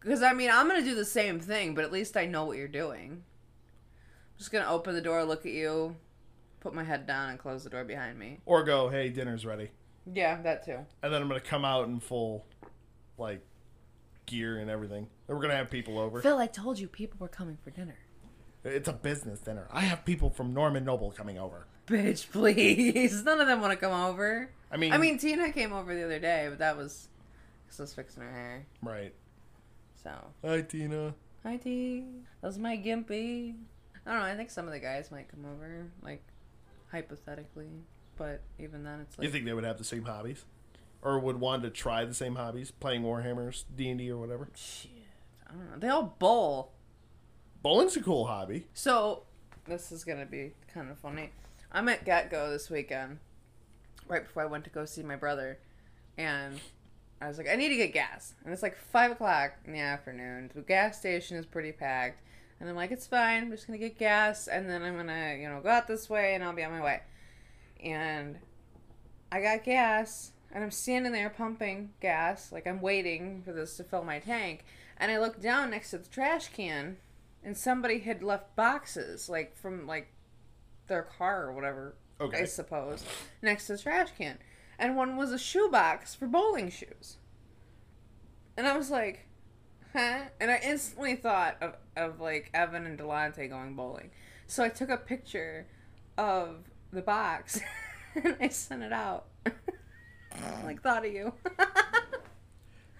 Because I mean I'm gonna do the same thing, but at least I know what you're doing. just gonna open the door, look at you, put my head down, and close the door behind me.
Or go, hey, dinner's ready.
Yeah, that too.
And then I'm going to come out in full, like, gear and everything. And we're going to have people over.
Phil, I told you people were coming for dinner.
It's a business dinner. I have people from Norman Noble coming over.
Bitch, please. None of them want to come over.
I mean,
I mean, Tina came over the other day, but that was because I was fixing her hair.
right.
So,
Hi, Tina.
hi, T. That's my gimpy. I don't know. I think some of the guys might come over, like hypothetically. But even then, it's like
You think they would have the same hobbies? Or would want to try the same hobbies, playing Warhammers, D&D, or whatever?
shit. I don't know. They all bowl.
Bowling's a cool hobby.
So this is gonna be kind of funny. I'm at Getgo this weekend, right before I went to go see my brother, and I was like, I need to get gas, and it's like five o'clock in the afternoon. The gas station is pretty packed, and I'm like, it's fine. I'm just gonna get gas, and then I'm gonna, you know, go out this way, and I'll be on my way. And I got gas, and I'm standing there pumping gas, like I'm waiting for this to fill my tank. And I look down next to the trash can, and somebody had left boxes like from like their car or whatever
Okay.
i suppose next to the trash can and one was a shoebox for bowling shoes and i was like huh and i instantly thought of, of like evan and delonte going bowling so i took a picture of the box and i sent it out like thought of you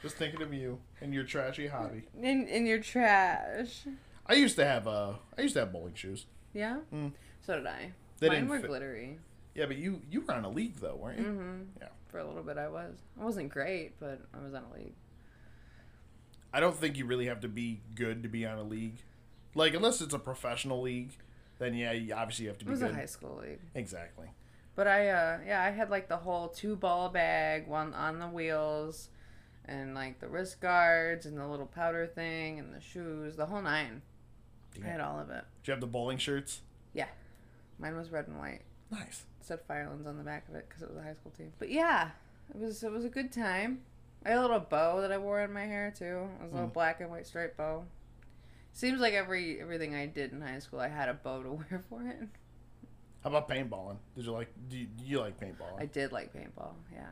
Just thinking of you and your trashy hobby.
in, in your trash
I used to have uh, I used to have bowling shoes.
yeah
Mm.
so did i
They
mine
didn't
were
fit.
glittery
Yeah, but you you were on a league though, weren't you?
hmm
Yeah.
For a little bit, I was. I wasn't great, but I was on a league.
I don't think you really have to be good to be on a league. Like unless it's a professional league, then yeah, you obviously you have to
It
be
was
good.
a high school league.
Exactly.
But I, uh, yeah, I had like the whole two ball bag, one on the wheels, and like the wrist guards and the little powder thing and the shoes, the whole nine. I
Yeah.
had all of it.
Do you have the bowling shirts?
Mine was red and white.
Nice.
It said Firelands on the back of it because it was a high school team. But yeah, it was it was a good time. I had a little bow that I wore in my hair too. It was a little
Mm.
black and white striped bow. Seems like every everything I did in high school, I had a bow to wear for it.
How about paintballing? Did you like do you, do you like paintballing?
I did like paintball. Yeah,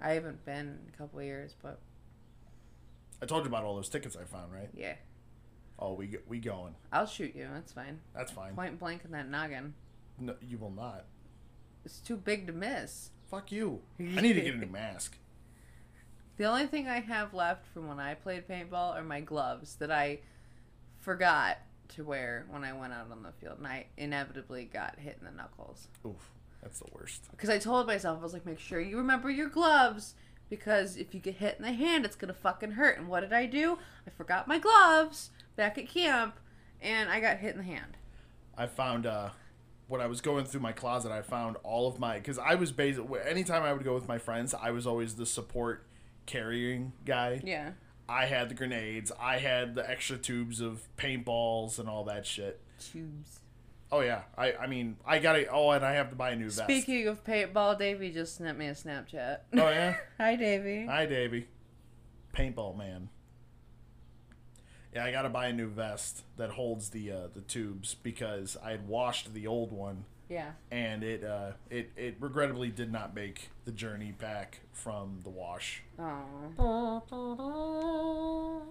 I haven't been in a couple of years, but
I told you about all those tickets I found, right?
yeah,
Oh, we we going.
I'll shoot you. That's fine.
That's fine.
Point blank in that noggin.
No, you will not.
It's too big to miss.
Fuck you. I need to get a new mask.
The only thing I have left from when I played paintball are my gloves that I forgot to wear when I went out on the field, and I inevitably got hit in the knuckles.
Oof, that's the worst.
Because I told myself, I was like, make sure you remember your gloves, because if you get hit in the hand, it's gonna fucking hurt. And what did I do? I forgot my gloves back at camp, and I got hit in the hand.
I found uh when I was going through my closet, I found all of my because I was basically anytime I would go with my friends, I was always the support carrying guy.
Yeah.
I had the grenades, I had the extra tubes of paintballs and all that shit.
Tubes.
Oh yeah, I I mean I got it. Oh, and I have to buy a new vest.
Speaking of paintball, Davey just sent me a Snapchat.
Oh yeah,
Hi, Davey.
hi Davey, paintball man. Yeah, I gotta buy a new vest that holds the uh, the tubes because I had washed the old one
Yeah.
and it uh, it it regrettably did not make the journey back from the wash.
Oh.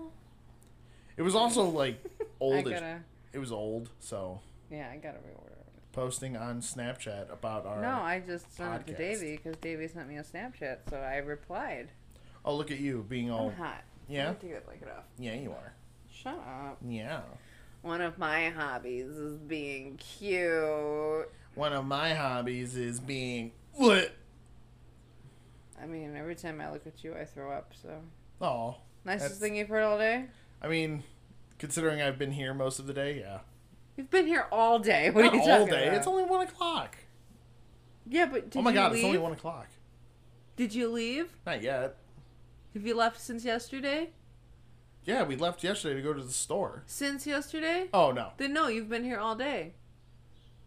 It was also like
I
old. as-
gotta.
It was old, so
Yeah, I gotta reorder.
posting on Snapchat about our.
No, I just sent it to
podcast.
Davey because Davey sent me a Snapchat, so I replied.
Oh, look at you being all.
I'm hot. I
Yeah,
need to get like it off.
yeah, you are.
Shut up.
Yeah.
One of my hobbies is being cute.
One of my hobbies is being. What?
I mean, every time I look at you, I throw up. So
Oh,
nicest
That's-
thing you've heard all day.
I mean, considering I've been here most of the day, yeah.
You've been here all day. What
Not
are you
all
talking
day.
about?
It's only one o'clock.
yeah, but did
oh my
you
god,
leave?
it's only one o'clock.
Did you leave?
Not yet.
Have you left since yesterday?
Yeah, we left yesterday to go to the store.
Since yesterday?
Oh no.
Then no, you've been here all day.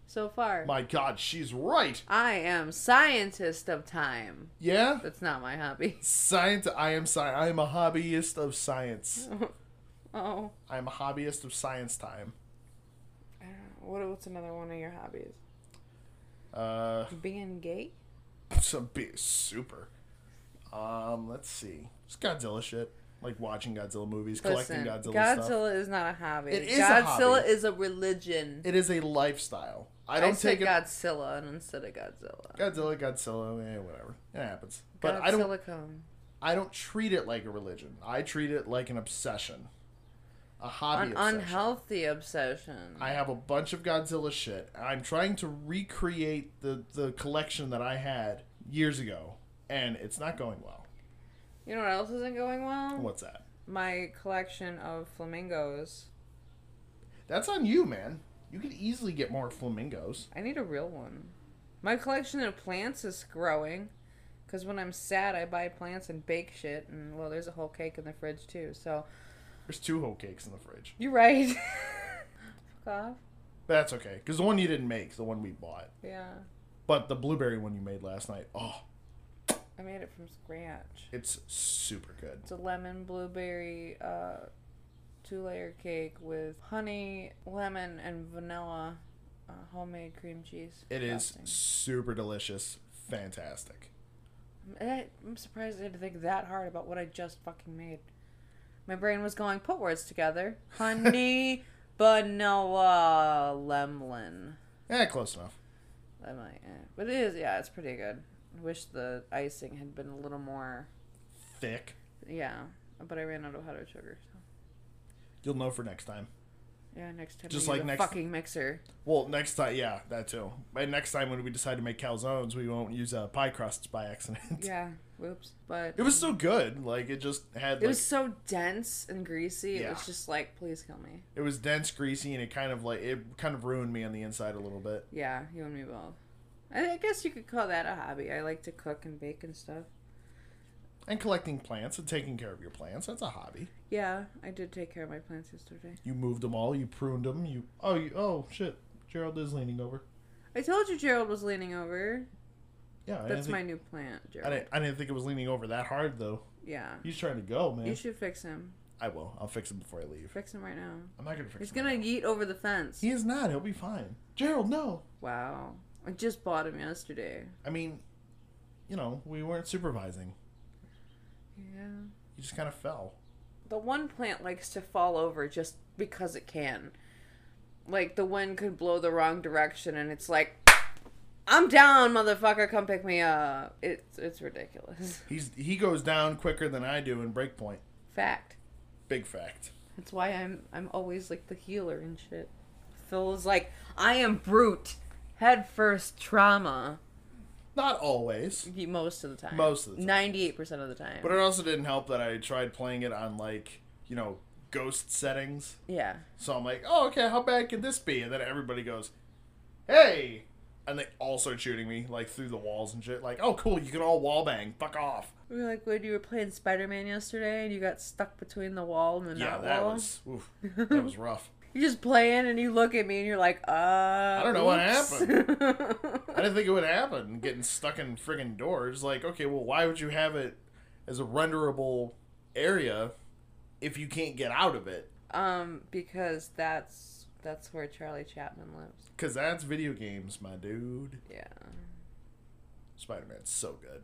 So far.
My god, she's right.
I am scientist of time.
Yeah?
That's not my hobby.
Science I am sci- I am a hobbyist of science.
oh,
I am a hobbyist of science time.
I don't know. What, what's another one of your hobbies?
Uh,
Being gay?
some be- super. Um, let's see. It's Godzilla shit. Like watching Godzilla movies, collecting Godzilla, stuff.
is not a hobby.
It is a
Godzilla
hobby.
is a religion.
It is a lifestyle. I
I,
don't
said
take it.
Godzilla and instead of Godzilla.
Godzilla, Godzilla, eh, whatever. It happens. But
Godzilla
I don't.
come.
I don't treat it like a religion. I treat it like an obsession, a
An
hobby. obsession.
unhealthy obsession.
I have a bunch of Godzilla shit. I'm trying to recreate the the collection that I had years ago, and it's not going well.
you know what else isn't going well?
What's that?
My collection of flamingos.
That's on you, man. You could easily get more flamingos.
I need a real one. My collection of plants is growing. Because when I'm sad, I buy plants and bake shit. And, well, there's a whole cake in the fridge, too. So,
There's two whole cakes in the fridge.
you're right. Fuck off.
But that's okay, because the one you didn't make is the one we bought.
Yeah.
But the blueberry one you made last night, oh,
I made it from scratch.
it's super good.
It's a lemon blueberry uh, two layer cake with honey, lemon, and vanilla uh, homemade cream cheese.
It is
frosting.
super delicious. Fantastic.
And I- Eh, I'm surprised I had to think that hard about what I just fucking made. My brain was going, put words together. Honey, vanilla, lemon.
Yeah, Eh, close enough.
I might, eh. But it is, yeah, it's pretty good. I wish the icing had been a little more,
Thick.
yeah. But I ran out of powdered sugar. So.
You'll know for next time.
Yeah, next time. I
Just
use
like
a
next-
fucking mixer.
Well, next time, yeah, that too. And next time when we decide to make calzones, we won't use uh, pie crusts by accident.
Yeah, whoops. But
It was so good. Like it just had. Like,
it was so dense and greasy. It
Yeah.
was just like, please kill me.
dense, greasy, and it kind of like it kind of ruined me on the inside a little bit.
Yeah, you and me both. I, I guess you could call that a hobby. I like to cook and bake and stuff.
And collecting plants and taking care of your plants—that's a hobby.
Yeah, I did take care of my plants yesterday.
You moved them all. You pruned them. You oh you oh shit. Gerald is leaning over.
I told you Gerald was leaning over.
Yeah, I
That's
didn't
my
think,
new plant,
I
Gerald.
didn't, I didn't think it was leaning over that hard though.
Yeah.
He's trying to go, man.
You should fix him.
I will. I'll fix him before I leave.
Fix him right now.
I'm not gonna fix
He's
him.
gonna yeet over the fence.
He is not. He'll be fine. Gerald, no.
Wow. I just bought him yesterday.
I mean, you know, we weren't supervising.
Yeah.
You just kind of fell.
the one plant likes to fall over just because it can. Like the wind could blow the wrong direction and it's like I'm down, motherfucker, come pick me up. It's it's ridiculous.
He's he goes down quicker than I do in breakpoint.
Fact.
Big fact.
That's why I'm I'm always like the healer and shit. Phil is like, I am brute. Head first trauma.
Not always,
He- Most of the time.
Most of the time.
Ninety eight percent of the time.
but it also didn't help that I tried playing it on like you know ghost settings.
yeah.
So I'm like, oh okay, how bad could this be? And then everybody goes, hey, and they all start shooting me like through the walls and shit. Like, oh cool, you can all wall bang. Fuck off.
We were like when you were playing Spider Man yesterday and you got stuck between the wall and the
Yeah,
not
that
wall.
was oof, that was rough.
You're just playing and you look at me and you're like, uh. I
don't know what I
happened.
didn't think it would happen. Getting stuck in friggin' doors. Like, okay, well, why would you have it as a renderable area if you can't get out of it?
um, because that's that's where Charlie Chapman lives.
Because that's video games, my dude.
Yeah.
Spider Man's so good.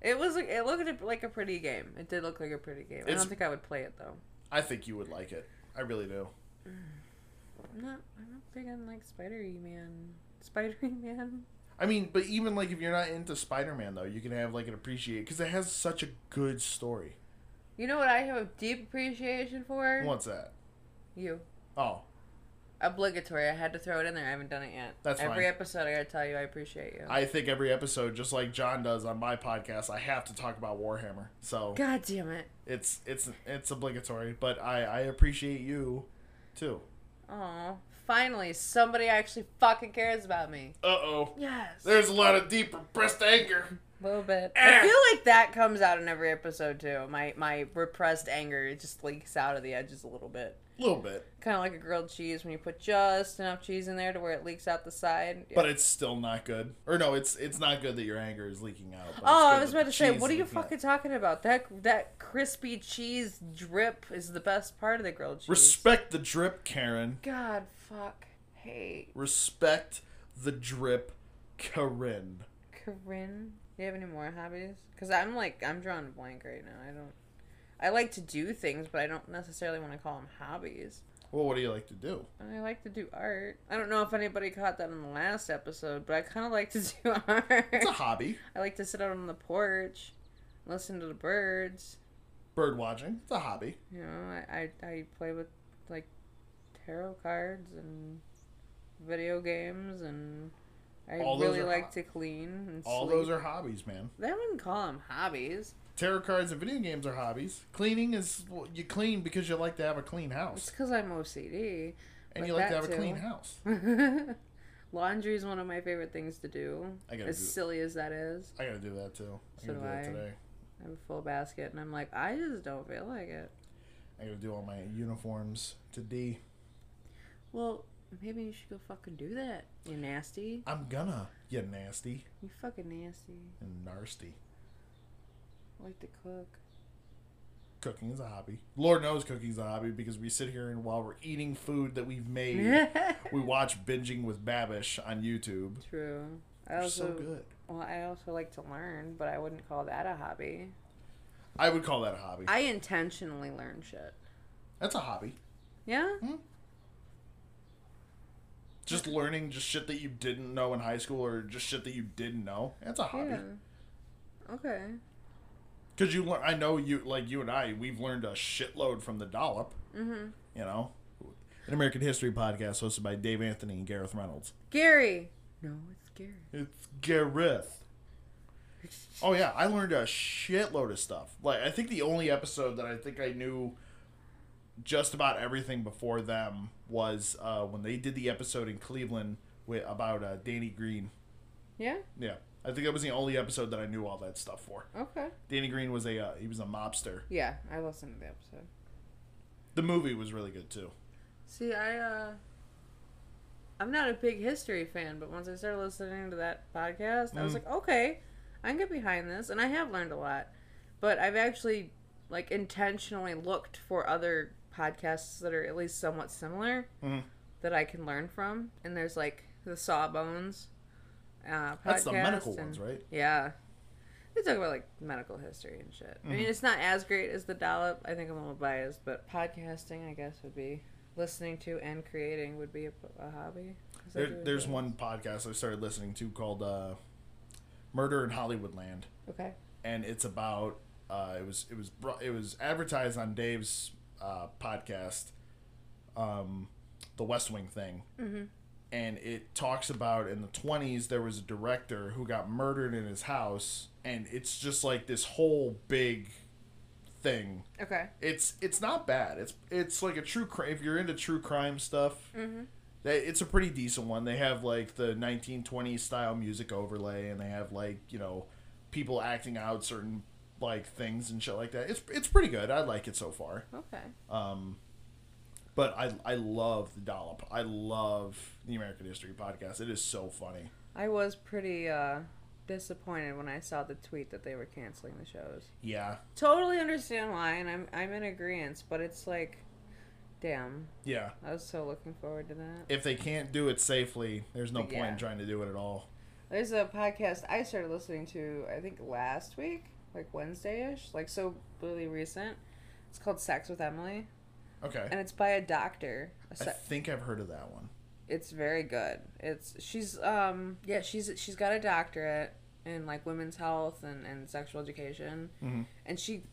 It was. It looked like a pretty game. It did look like a pretty game. I
It's-
don't think I would play it though.
I think you would like it. I really do.
I'm not. I don't think I'm like Spidery Man. Spidery Man.
I mean, but even like if you're not into Spider Man though, you can have like an appreciate because it has such a good story.
You know what I have a deep appreciation for?
What's that?
You.
Oh,
Obligatory. I had to throw it in there. I haven't done it yet.
That's
Every
fine.
episode, I gotta tell you, I appreciate you.
I think every episode, just like John does on my podcast, I have to talk about Warhammer. So
God damn it.
it's it's it's obligatory, but I I appreciate you too.
Oh, finally, somebody actually fucking cares about me.
Uh oh.
Yes. Eh.
There's a lot of deep repressed anger.
a little bit.
Ah.
I feel like that comes out in every episode too. My my repressed anger it just leaks out of the edges a little bit.
A little bit,
Kind of like a grilled cheese when you put just enough cheese in there to where it leaks out the side. Yeah.
but it's still not good. Or no, it's it's not good that your anger is leaking out. but
Oh,
it's good
I was
that
about
the
to say,
cheese
what are
is
you
leaking out.
fucking talking about? That that crispy cheese drip is the best part of the grilled cheese.
Respect the drip, Karen.
God, fuck. hate.
Respect the drip, Corinne.
Corinne, do you have any more hobbies? Because I'm like, I'm drawing a blank right now. I don't. I like to do things, but I don't necessarily want to call them hobbies.
Well, what do you like to do?
I like to do art. I don't know if anybody caught that in the last episode, but I kind of like to do art.
It's a hobby.
I like to sit out on the porch, listen to the birds.
Bird watching. It's a hobby.
You know, I, I, I play with like tarot cards and video games, and I
All those
really
are
like
hob-
to clean and
All
sleep.
those are hobbies, man.
I wouldn't call them hobbies.
Tarot cards and video games are hobbies. Cleaning is well, you clean because you like to have a clean
It's
house,
because I'm OCD.
and
like
you like to
that
have a clean
too.
house.
Laundry is one of my favorite things to do.
I gotta
As
do-
silly as that is,
I gotta do that too. I
So
gotta do
do
that
I.
today.
I have a full basket, and I'm like, I just don't feel like it.
I gotta do all my uniforms today.
Well, maybe you should go fucking do that. You nasty.
I'm gonna. You nasty
You fucking nasty.
and nasty.
I like to cook.
Cooking is a hobby. Lord knows cooking is a hobby because we sit here and while we're eating food that we've made, we watch binging with Babish on YouTube.
True. I
They're
also
so good.
well, I also like to learn, but I wouldn't call that a hobby.
I would call that a hobby.
I intentionally learn shit.
That's a hobby.
Yeah.
Just learning just shit that you didn't know in high school or just shit that you didn't know. That's a hobby.
Yeah. Okay.
Because you learn, I know you, like you and I, we've learned a shitload from the dollop.
Mhm.
You know, an American history podcast hosted by Dave Anthony and Gareth Reynolds.
Gary. No, it's Gary.
It's Gareth. Oh yeah, I learned a shitload of stuff. Like I think the only episode that I think I knew just about everything before them was uh, when they did the episode in Cleveland with, about uh, Danny Green.
Yeah.
Yeah, I think that was the only episode that I knew all that stuff for.
Okay.
Danny Green was a uh, he was a mobster.
Yeah, I listened to the episode.
The movie was really good too.
See, I uh I'm not a big history fan, but once I started listening to that podcast, I was
Mm.
like, okay, I can get behind this, and I have learned a lot. But I've actually like intentionally looked for other podcasts that are at least somewhat similar
Mhm.
that I can learn from. And there's like the Sawbones uh, podcast.
That's the medical
and-
ones, right?
Yeah. They talk about like medical history and shit. I
Mm-hmm.
mean, it's not as great as the dollop. I think I'm a little biased, but podcasting, I guess, would be listening to and creating would be a, a hobby. 'Cause I
There,
do
there's
enjoy-
one podcast I started listening to called uh, "Murder in Hollywoodland."
Okay.
and it's about uh, it was it was bro- it was advertised on Dave's uh, podcast, um, the West Wing thing,
Mhm.
and it talks about in the twenties there was a director who got murdered in his house, and it's just like this whole big thing.
Okay.
It's it's not bad. It's it's like a true crime. If you're into true crime stuff,
Mhm.
they, it's a pretty decent one. They have like the 1920s style music overlay, and they have like you know people acting out certain like things and shit like that. It's it's pretty good. I like it so far.
Okay.
Um, but I I love the dollop. I love the American History podcast. It is so funny.
I was pretty uh, disappointed when I saw the tweet that they were canceling the shows.
Yeah,
Totally understand why, and I'm I'm in agreement, but it's like, damn,
yeah.
I was so looking forward to that.
If they can't do it safely, there's no point
Yeah.
in trying to do it at all.
There's a podcast I started listening to, I think last week, like Wednesday ish, like so really recent. It's called Sex with Emily,
Okay.
and it's by a doctor. A
I
se-
think I've heard of that one.
It's very good. It's she's um yeah she's she's got a doctorate in like women's health and and sexual education,
Mhm.
and she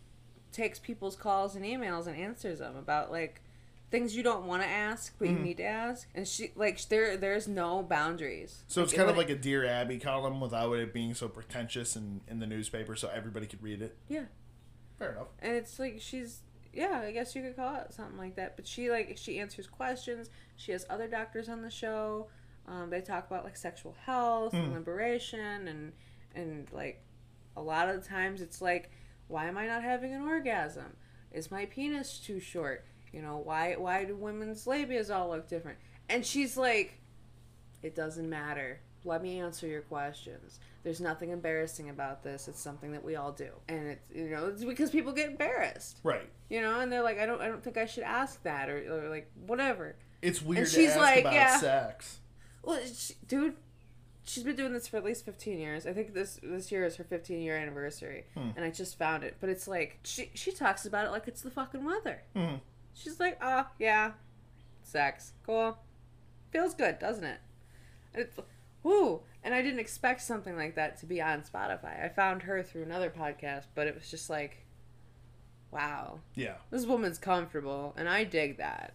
takes people's calls and emails and answers them about like things you don't want to ask but
Mhm.
you need to ask. And she like there there's no boundaries.
So it's
it
kind of
would-
like a Dear Abby column without it being so pretentious and in the newspaper, so everybody could read it.
Yeah.
Fair enough.
and it's like she's yeah i guess you could call it something like that but she like she answers questions she has other doctors on the show um, they talk about like sexual health and
Hmm.
liberation and and like a lot of the times it's like why am i not having an orgasm is my penis too short you know why why do women's labias all look different and she's like it doesn't matter let me answer your questions there's nothing embarrassing about this it's something that we all do and it's you know it's because people get embarrassed
Right.
you know and they're like i don't i don't think i should ask that or, or like whatever
It's weird to
she's
ask
like,
about
yeah.
sex.
Well, she, dude, she's been doing this for at least fifteen years. I think this this year is her fifteen year anniversary, and I just found it. But it's like she she talks about it like it's the fucking weather.
Hmm.
She's like, oh yeah, sex, cool, feels good, doesn't it? And it's woo. And I didn't expect something like that to be on Spotify. I found her through another podcast, but it was just like, wow,
Yeah.
this woman's comfortable, and I dig that.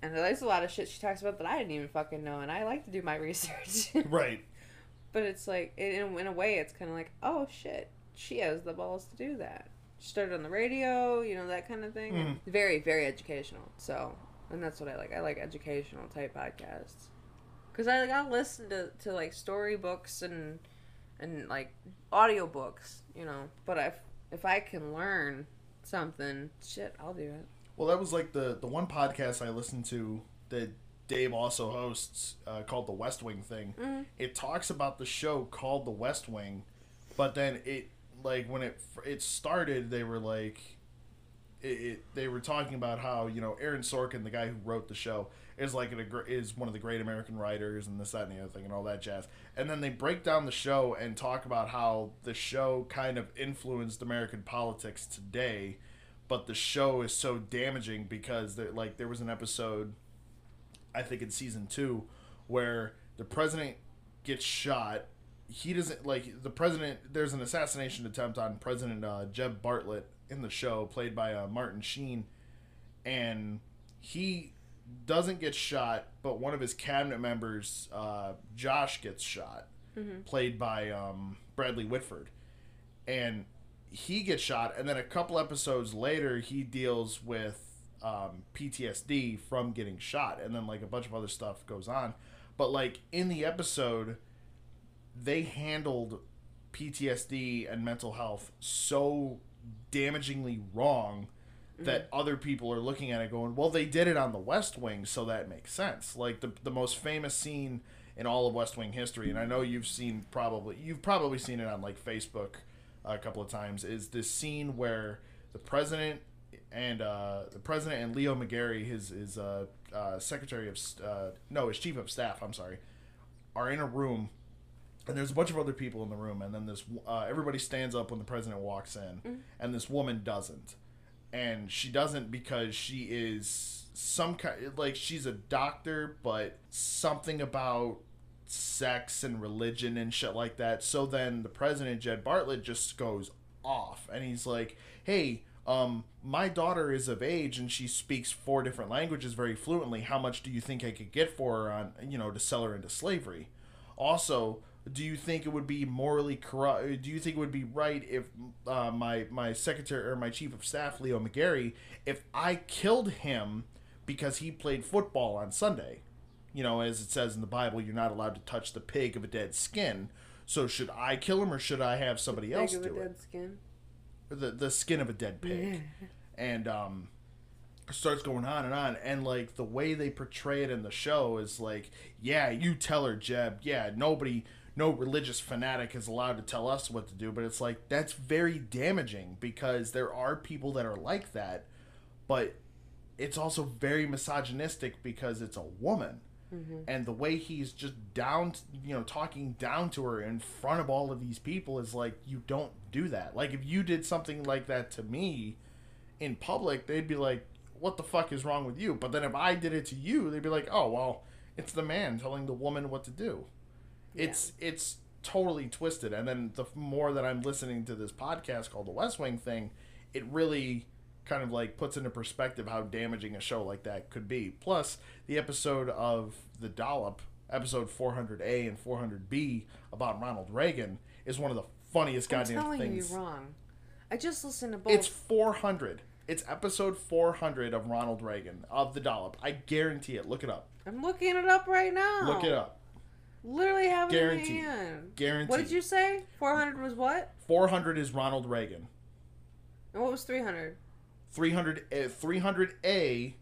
And there's a lot of shit she talks about that I didn't even fucking know, and I like to do my research.
Right.
but it's like, in, in a way, it's kind of like, oh shit, she has the balls to do that. She started on the radio, you know, that kind of thing.
Mhm.
Very, very educational. So, and that's what I like. I like educational type podcasts. Because I like, I'll listen to, to like storybooks and, and like audiobooks, you know. But if, if I can learn something, shit, I'll do it.
Well, that was like the the one podcast I listened to that Dave also hosts uh, called the West Wing thing.
Mm-hmm.
It talks about the show called the West Wing, but then it like when it fir- it started, they were like. It, it, they were talking about how you know Aaron Sorkin, the guy who wrote the show, is like an, a gr- is one of the great American writers and this that and the other thing and all that jazz. And then they break down the show and talk about how the show kind of influenced American politics today, but the show is so damaging because there like there was an episode I think in season 2 where the president gets shot he doesn't like the president there's an assassination attempt on president uh, Jeb Bartlett in the show played by uh, Martin Sheen and he doesn't get shot but one of his cabinet members uh, Josh gets shot played by um, Bradley Whitford and he gets shot and then a couple episodes later he deals with um, ptsd from getting shot and then like a bunch of other stuff goes on but like in the episode they handled ptsd and mental health so damagingly wrong that other people are looking at it going well they did it on the west wing so that makes sense like the, the most famous scene in all of west wing history and i know you've seen probably you've probably seen it on like facebook a couple of times is this scene where the president and uh, the president and Leo McGarry, his his uh, uh, secretary of st- uh, no, his chief of staff, I'm sorry, are in a room, and there's a bunch of other people in the room, and then this w- uh, everybody stands up when the president walks in, and this woman doesn't, and she doesn't because she is some kind like she's a doctor, but something about sex and religion and shit like that. So then the president Jed Bartlett just goes off and he's like, "Hey, um my daughter is of age and she speaks four different languages very fluently. How much do you think I could get for her on, you know, to sell her into slavery?" Also, do you think it would be morally corrupt? Do you think it would be right if uh, my my secretary or my chief of staff Leo McGarry, if I killed him because he played football on Sunday? you know, as it says in the Bible, you're not allowed to touch the pig of a dead skin. So should I kill him or should I have somebody else
Pig of a
do it?
dead skin.
Or The the skin of a dead pig, and um, it starts going on and on. And like the way they portray it in the show is like, yeah, you tell her, Jeb. Yeah, nobody, no religious fanatic is allowed to tell us what to do. But it's like that's very damaging because there are people that are like that, but it's also very misogynistic because it's a woman and the way he's just down you know talking down to her in front of all of these people is like you don't do that like if you did something like that to me in public they'd be like what the fuck is wrong with you but then if i did it to you they'd be like oh well it's the man telling the woman what to do it's it's totally twisted and then the more that i'm listening to this podcast called the west wing thing it really kind of like puts into perspective how damaging a show like that could be plus the episode of the dollop episode 400a and 400b about ronald reagan is one of the funniest goddamn
I'm telling
things
you wrong. I just listened to both.
it's 400 it's episode 400 of ronald reagan of the dollop i guarantee it look it up
I'm looking it up right now.
look it up
Literally have it
Guaranteed.
in my hand.
guarantee
Oh. What did you say? 400 was what?
400 is ronald reagan
And what was 300?
300 uh, 300A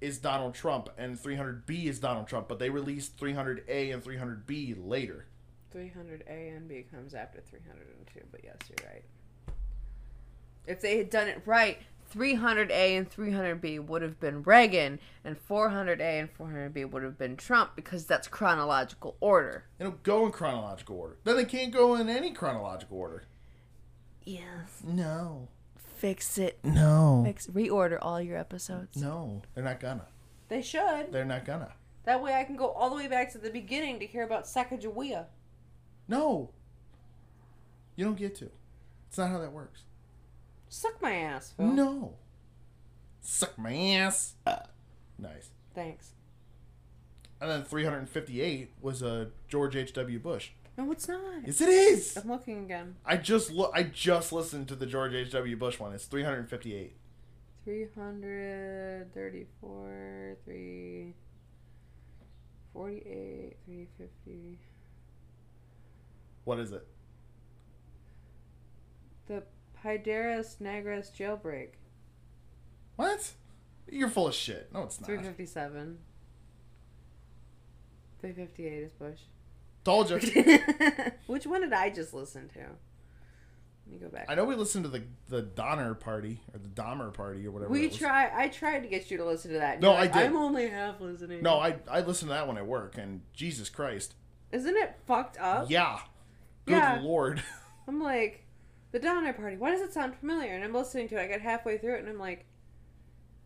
is Donald Trump and 300B is Donald Trump, but they released 300A and 300B later.
300 A and B comes after 302, but yes, you're right. If they had done it right, 300A and 300B would have been Reagan, and 400A and 400B would have been Trump because that's chronological order.
It'll go in chronological order. Then they can't go in any chronological order.
Yes.
No.
Fix it.
No.
Fix reorder all your episodes.
No. They're not gonna.
They should.
They're not gonna.
That way I can go all the way back to the beginning to hear about Sacagawea.
No. You don't get to. It's not how that works.
Suck my ass, Phil.
No. Suck my ass.
Uh.
Nice.
Thanks.
And then 358 was uh, George H.W. Bush.
No, it's not.
Yes, it is.
I'm looking again.
I just look. I just listened to the George H.W. Bush one. It's 358.
334, 3, 48, 350.
What is it?
The Pideras Negras jailbreak.
What? You're full of shit. No, it's not.
357. 358 is Bush.
Told you.
Which one did I just listen to? Let me go back.
I know we listened to the the Donner Party or the Dahmer Party or whatever.
We
it was.
try. I tried to get you to listen to that. and
No,
you're like,
I did.
I'm only half listening.
No, I I listened to that one at work, and Jesus Christ.
Isn't it fucked up?
Yeah. Good
Oh. Yeah.
lord.
I'm like, the Donner Party. Why does it sound familiar? And I'm listening to it. I got halfway through it, and I'm like,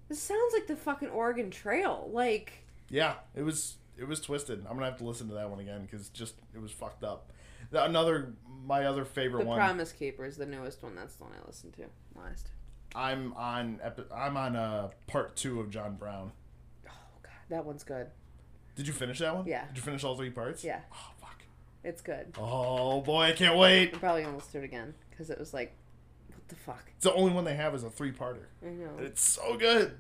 this sounds like the fucking Oregon Trail. Like,
yeah, it was it was twisted. I'm gonna have to listen to that one again because just it was fucked up. The- Another my other favorite
The
one.
Promise Keeper is the newest one. That's the one I listened to last.
I'm on epi- I'm on uh part two of John Brown.
Oh god, that one's good.
Did you finish that one?
Yeah.
Did you finish all three parts?
Yeah.
Oh fuck.
It's good.
Oh boy, I can't wait.
I'm probably gonna listen to it again because it was like, what the fuck?
It's the only one they have is a three parter.
I know.
It's so good.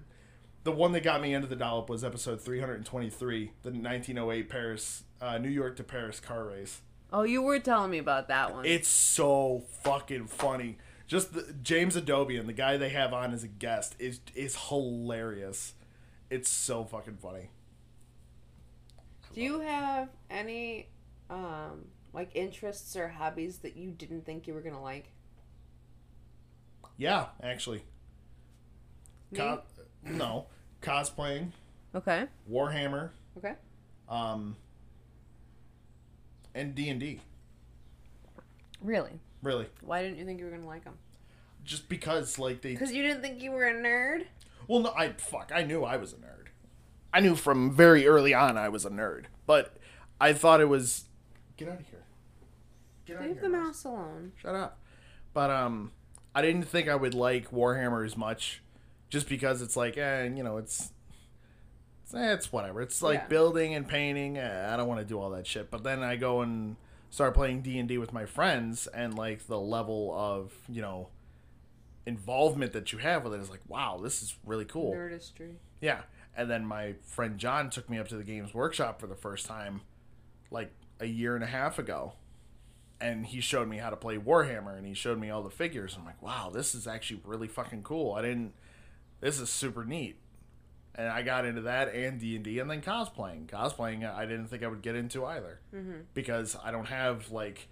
The one that got me into the dollop was episode 323, the 1908 Paris, uh, New York to Paris car race.
Oh, you were telling me about that one.
It's so fucking funny. Just the, James Adobian, the guy they have on as a guest, is is hilarious. It's so fucking funny.
Do you have any, um, like interests or hobbies that you didn't think you were gonna like?
Yeah, actually. Co- no, cosplaying,
Okay.
Warhammer,
Okay.
um, and D and D.
Really?
Really,
Why didn't you think you were gonna like them?
just because like they
Because you didn't think you were a nerd.
Well, no, I fuck. I knew I was a nerd. I knew from very early on I was a nerd, but I thought it was get out of here. Get out
Leave
of
the
here.
mouse
mouse.
alone.
Shut up. But um, I didn't think I would like Warhammer as much, just because it's like, eh, you know, it's it's, eh, it's whatever. It's like
Yeah.
building and painting. Eh, I don't want to do all that shit. But then I go and start playing D and D with my friends, and like the level of you know involvement that you have with it is like, wow, this is really cool.
Nerdistry.
Yeah. And then my friend John took me up to the Games Workshop for the first time like a year and a half ago. And he showed me how to play Warhammer and he showed me all the figures. I'm like, wow, this is actually really fucking cool. I didn't this is super neat. And I got into that and D and D and then cosplaying. Cosplaying I didn't think I would get into either.
Mm-hmm.
Because I don't have like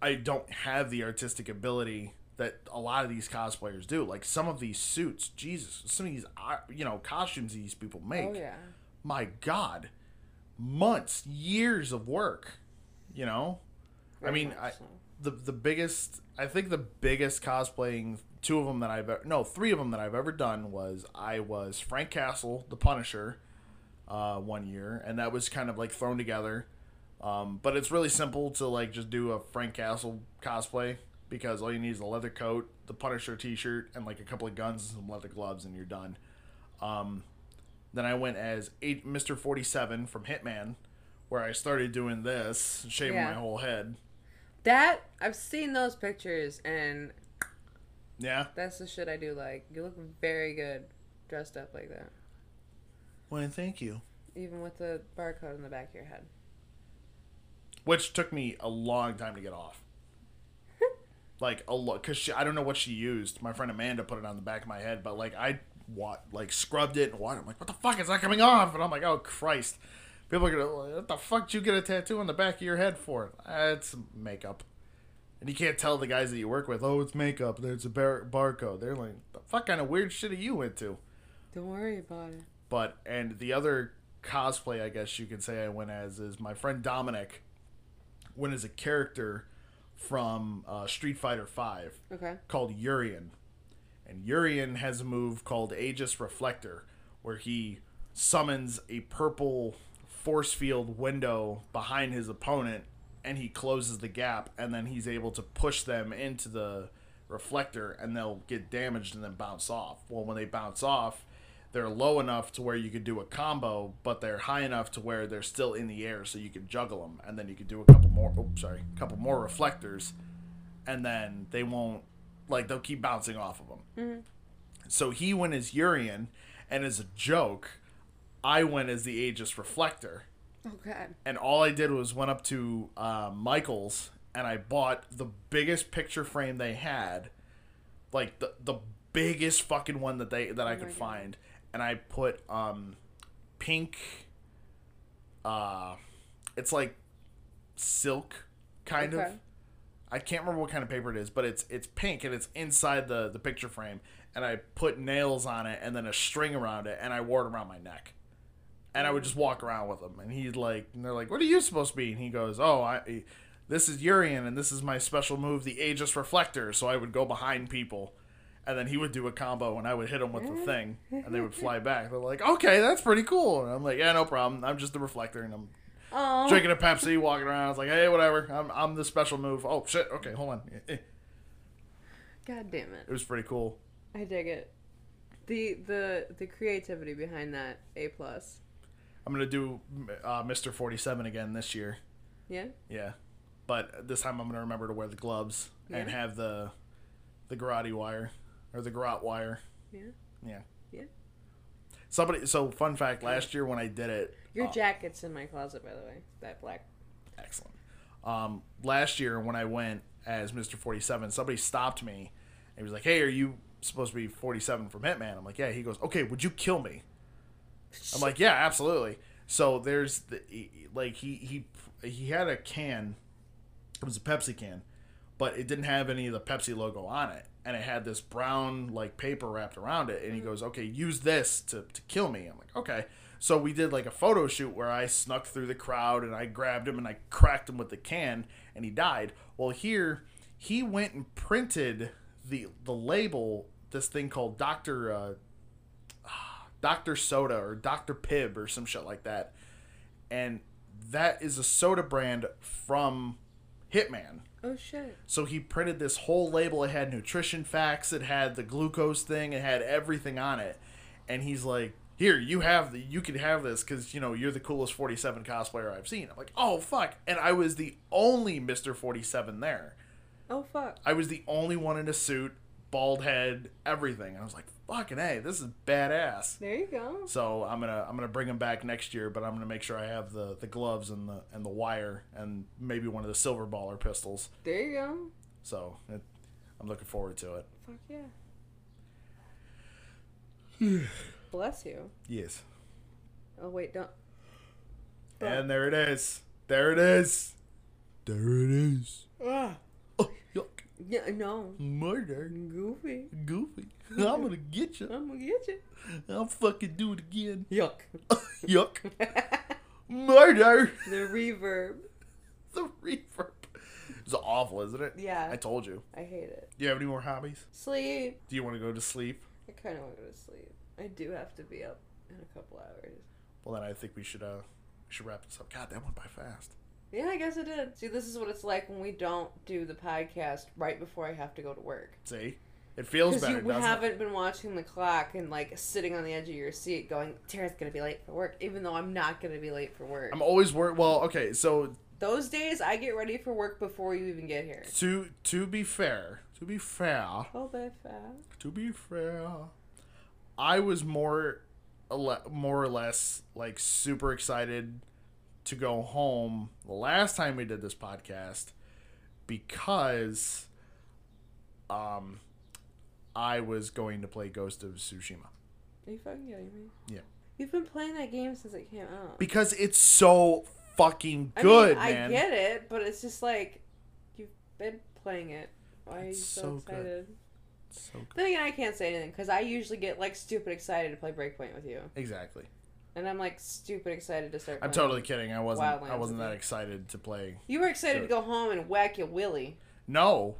I don't have the artistic ability that a lot of these cosplayers do. Like some of these suits, Jesus, some of these uh, you know costumes these people make.
Oh yeah.
My God, months, years of work. You know, I
Very
mean,
much
I,
so.
the the biggest, I think the biggest cosplaying, two of them that I've ever, no, three of them that I've ever done was I was Frank Castle, the Punisher, uh, one year, and that was kind of like thrown together. Um, but it's really simple to like just do a Frank Castle cosplay because all you need is a leather coat, the Punisher T-shirt, and like a couple of guns and some leather gloves, and you're done. Um, then I went as eight, Mr. 47 from Hitman, where I started doing this, shaving
Yeah.
my whole head.
That I've seen those pictures and
Yeah.
That's the shit I do like. You look very good dressed up like that.
Well, thank you.
Even with the barcode on the back of your head.
Which took me a long time to get off. like a lot, cause she, I don't know what she used. My friend Amanda put it on the back of my head, but like I what like scrubbed it and water. I'm like, what the fuck is that coming off? And I'm like, oh Christ. People are gonna, what the fuck did you get a tattoo on the back of your head for? Uh, it's makeup. And you can't tell the guys that you work with, oh, it's makeup, there's a bar- barcode. They're like, the fuck kind of weird shit are you into?
Don't worry about it.
But, and the other cosplay, I guess you could say I went as, is my friend Dominic went as a character from uh, Street Fighter Five
Okay.
called Urian. And Urian has a move called Aegis Reflector, where he summons a purple force field window behind his opponent and he closes the gap and then he's able to push them into the reflector and they'll get damaged and then bounce off. Well, when they bounce off, they're low enough to where you could do a combo, but they're high enough to where they're still in the air so you can juggle them and then you could do a couple more, oops, sorry, a couple more reflectors and then they won't like they'll keep bouncing off of him. So he went as Urian, and as a joke, I went as the Aegis Reflector,
Oh God.
and all I did was went up to uh, Michaels and I bought the biggest picture frame they had, like the the biggest fucking one that they that I could find, and I put um pink, uh, it's like silk kind of.
Okay.
I can't remember what kind of paper it is, but it's it's pink and it's inside the the picture frame. And I put nails on it and then a string around it, and I wore it around my neck. And I would just walk around with him, and he'd like, and they're like, "What are you supposed to be?" And he goes, "Oh, I, this is Urian, and this is my special move, the Aegis Reflector." So I would go behind people, and then he would do a combo, and I would hit him with the thing, and they would fly back. They're like, "Okay, that's pretty cool." And I'm like, "Yeah, no problem. I'm just the Reflector, and I'm
Oh.
drinking a Pepsi, walking around. I was like, hey, whatever. I'm, I'm the special move. Oh, shit. Okay, hold on. Eh, eh.
God damn it.
It was pretty cool.
I dig it. The the the creativity behind that a plus.
I'm going to do uh, Mr. 47 again this year.
Yeah.
Yeah. But this time I'm going to remember to wear the gloves and
Yeah.
have the the karate wire or the garrote wire.
Yeah.
Yeah.
Yeah.
Somebody, so fun fact last year when I did it,
Your
Oh.
jacket's in my closet, by the way. That black.
Excellent. Um, last year when I went as Mr. 47, somebody stopped me and was like, "Hey, are you supposed to be 47 from Hitman?" I'm like, "Yeah." He goes, "Okay, would you kill me?" I'm like, "Yeah, absolutely." So there's the like he he he had a can. It was a Pepsi can, but it didn't have any of the Pepsi logo on it, and it had this brown like paper wrapped around it. And he goes, "Okay, use this to to kill me." I'm like, "Okay." So we did like a photo shoot where I snuck through the crowd and I grabbed him and I cracked him with the can, and he died. Well, here he went and printed the the label this thing called Doctor. Uh, Dr. Soda or Dr. Pibb or some shit like that. And that is a soda brand from Hitman.
Oh shit.
So he printed this whole label. It had nutrition facts, it had the glucose thing, it had everything on it. And he's like, "Here, you have the you can have this cuz you know, you're the coolest 47 cosplayer I've seen." I'm like, "Oh fuck." And I was the only Mr. 47 there.
Oh fuck.
I was the only one in a suit, bald head, everything. And I was like, "Fucking hey, this is badass."
There you go.
So I'm gonna I'm gonna bring them back next year, but I'm gonna make sure I have the the gloves and the and the wire and maybe one of the silver baller pistols.
There you go.
So it, I'm looking forward to it.
Fuck yeah. Bless you.
Yes.
Oh wait, don't.
And there it is. There it is. There it is.
Ah.
Oh, yuck.
Yeah, no.
murder,
Goofy.
Goofy. I'm gonna get you.
I'm gonna get you.
I'll fucking do it again.
Yuck.
yuck. Murder.
the reverb.
The reverb. It's awful, isn't it?
Yeah.
I told you.
I hate it.
Do you have any more hobbies?
Sleep.
Do you want to go to sleep?
I kind of want to go to sleep. I do have to be up in a couple hours.
Well, then I think we should uh we should wrap this up. God, that went by fast.
Yeah, I guess I did. See, this is what it's like when we don't do the podcast right before I have to go to work.
See, it feels
Because
better,
you
doesn't it?
haven't been watching the clock and like sitting on the edge of your seat, going, "Tara's gonna be late for work," even though I'm not gonna be late for work.
I'm always worried. Well, okay, so
Those days, I get ready for work before you even get here.
to to be fair, to be fair,
Oh, bit fast.
to be fair, I was more ele- more or less like super excited to go home the last time we did this podcast because um I was going to play Ghost of Tsushima.
Are you fucking kidding me?
Yeah.
You've been playing that game since it came out.
Because it's so fucking
I
good,
mean,
man.
I get it, but it's just like you've been playing it. Why are you
It's
so,
so good.
excited?
So good.
Then again, I can't say anything because I usually get like stupid excited to play Breakpoint with you,
Exactly.
and I'm like stupid excited to start.
I'm
playing.
totally kidding. I wasn't. I
Wildlands,
wasn't
I
that
think.
excited to play.
You were excited to
So-
go home and whack your willy.
No,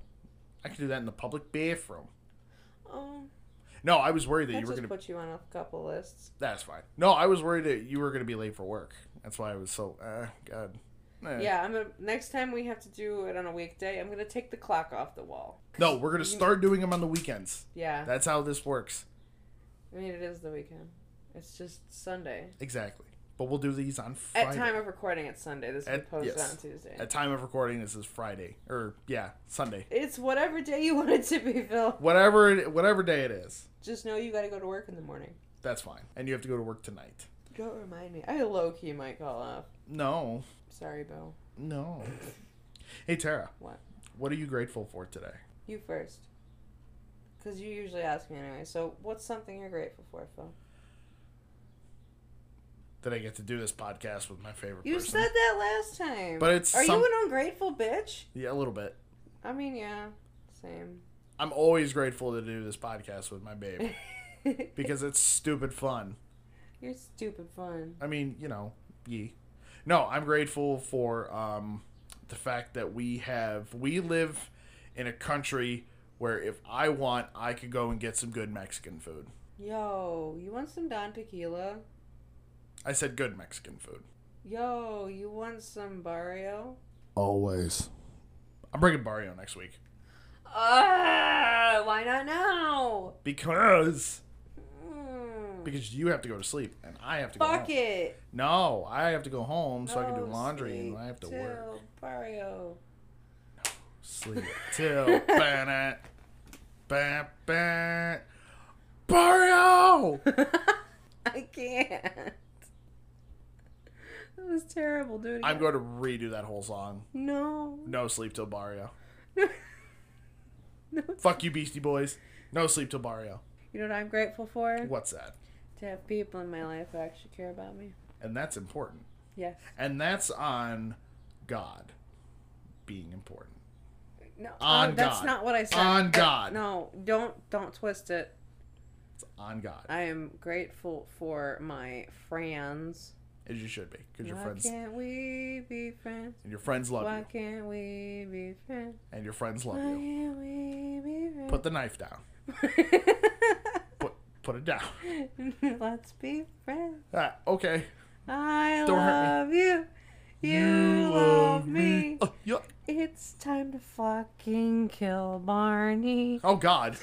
I could do that in the public bathroom.
Oh,
No, I was worried that,
that
you
just
were gonna.
put you on a couple lists.
That's fine. No, I was worried that you were gonna be late for work. That's why I was so. Uh, God. Eh.
Yeah, I'm gonna. Next time we have to do it on a weekday, I'm gonna take the clock off the wall.
No, we're gonna
You-
start doing them on the weekends.
Yeah,
That's how this works.
I mean it is the weekend. It's just Sunday.
Exactly. But we'll do these on Friday.
At time of recording, it's Sunday. This will be
At-
posted
yes.
on Tuesday.
At time of recording, this is Friday or yeah, Sunday.
it's whatever day you want it to be, Phil.
Whatever, it, whatever day it is,
Just know you got to go to work in the morning.
that's fine. And you have to go to work tonight.
Don't remind me. I low key might call up.
No,
Sorry, Bo.
no. Hey Tara.
What?
What are you grateful for today?
You first. Because you usually ask me anyway. So, what's something you're grateful for, Phil?
That I get to do this podcast with my favorite
You
person.
said that last time.
But it's
Are
some-
you an ungrateful bitch?
yeah, a little bit.
I mean, yeah. Same.
I'm always grateful to do this podcast with my babe because it's stupid fun.
you're stupid fun.
I mean, you know, ye. No, I'm grateful for um, the fact that we have we live in a country where if I want, I could go and get some good Mexican food.
Yo, you want some Don Tequila?
I said good Mexican food.
Yo, you want some Barrio?
Always. I'm bringing Barrio next week
Uh, why not now?
because
Mm.
because you have to go to sleep and I have to go.
Fuck
home.
it. Oh,
No, I have to go home so I can do
No
laundry and
sleep
I have to
till
work.
Barrio.
Sleep till ba ba ba Barrio.
I can't. That was terrible, dude.
I'm going to redo that whole song.
No.
No sleep till Barrio. Fuck you, Beastie Boys. No sleep till Barrio.
You know what I'm grateful for?
What's that?
To have people in my life who actually care about me.
And that's important.
Yes.
And that's on God being important.
No.
On
uh, That's
God.
not what I said. Uh,
On God.
No. Don't don't twist it.
It's on God.
I am grateful for my friends.
As you should be. Because your
Why
friends
can't we be friends?
and your friends love
Why
you.
can't we be friends?
And your friends
Why
love you.
can't we be friends?
Put the knife down. Put put it down.
Let's be friends.
Ah, okay.
I
Don't hurt
love you. You, love me.
Oh, you-
It's time to fucking kill Barney.
oh, God.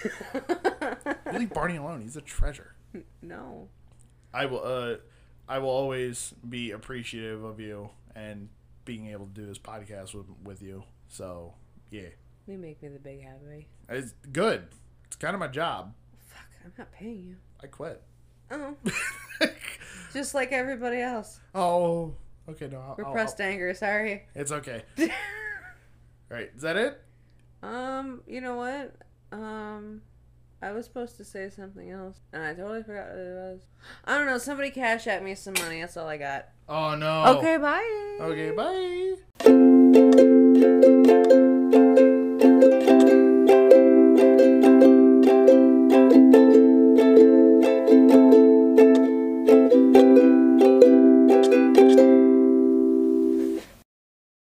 Leave Barney alone. He's a treasure.
no.
I will uh I will always be appreciative of you and being able to do this podcast with with you. So yeah.
You make me the big happy.
It's good. It's kind of my job.
Fuck, I'm not paying you.
I quit.
Oh. Just like everybody else.
oh okay no I'll, I'll-
Repressed anger, sorry.
I'll- it's okay. All right, is that it?
um, you know what? Um I was supposed to say something else and I totally forgot what it was. I don't know, somebody cash at me some money, that's all I got.
Oh no.
Okay, bye.
Okay, bye.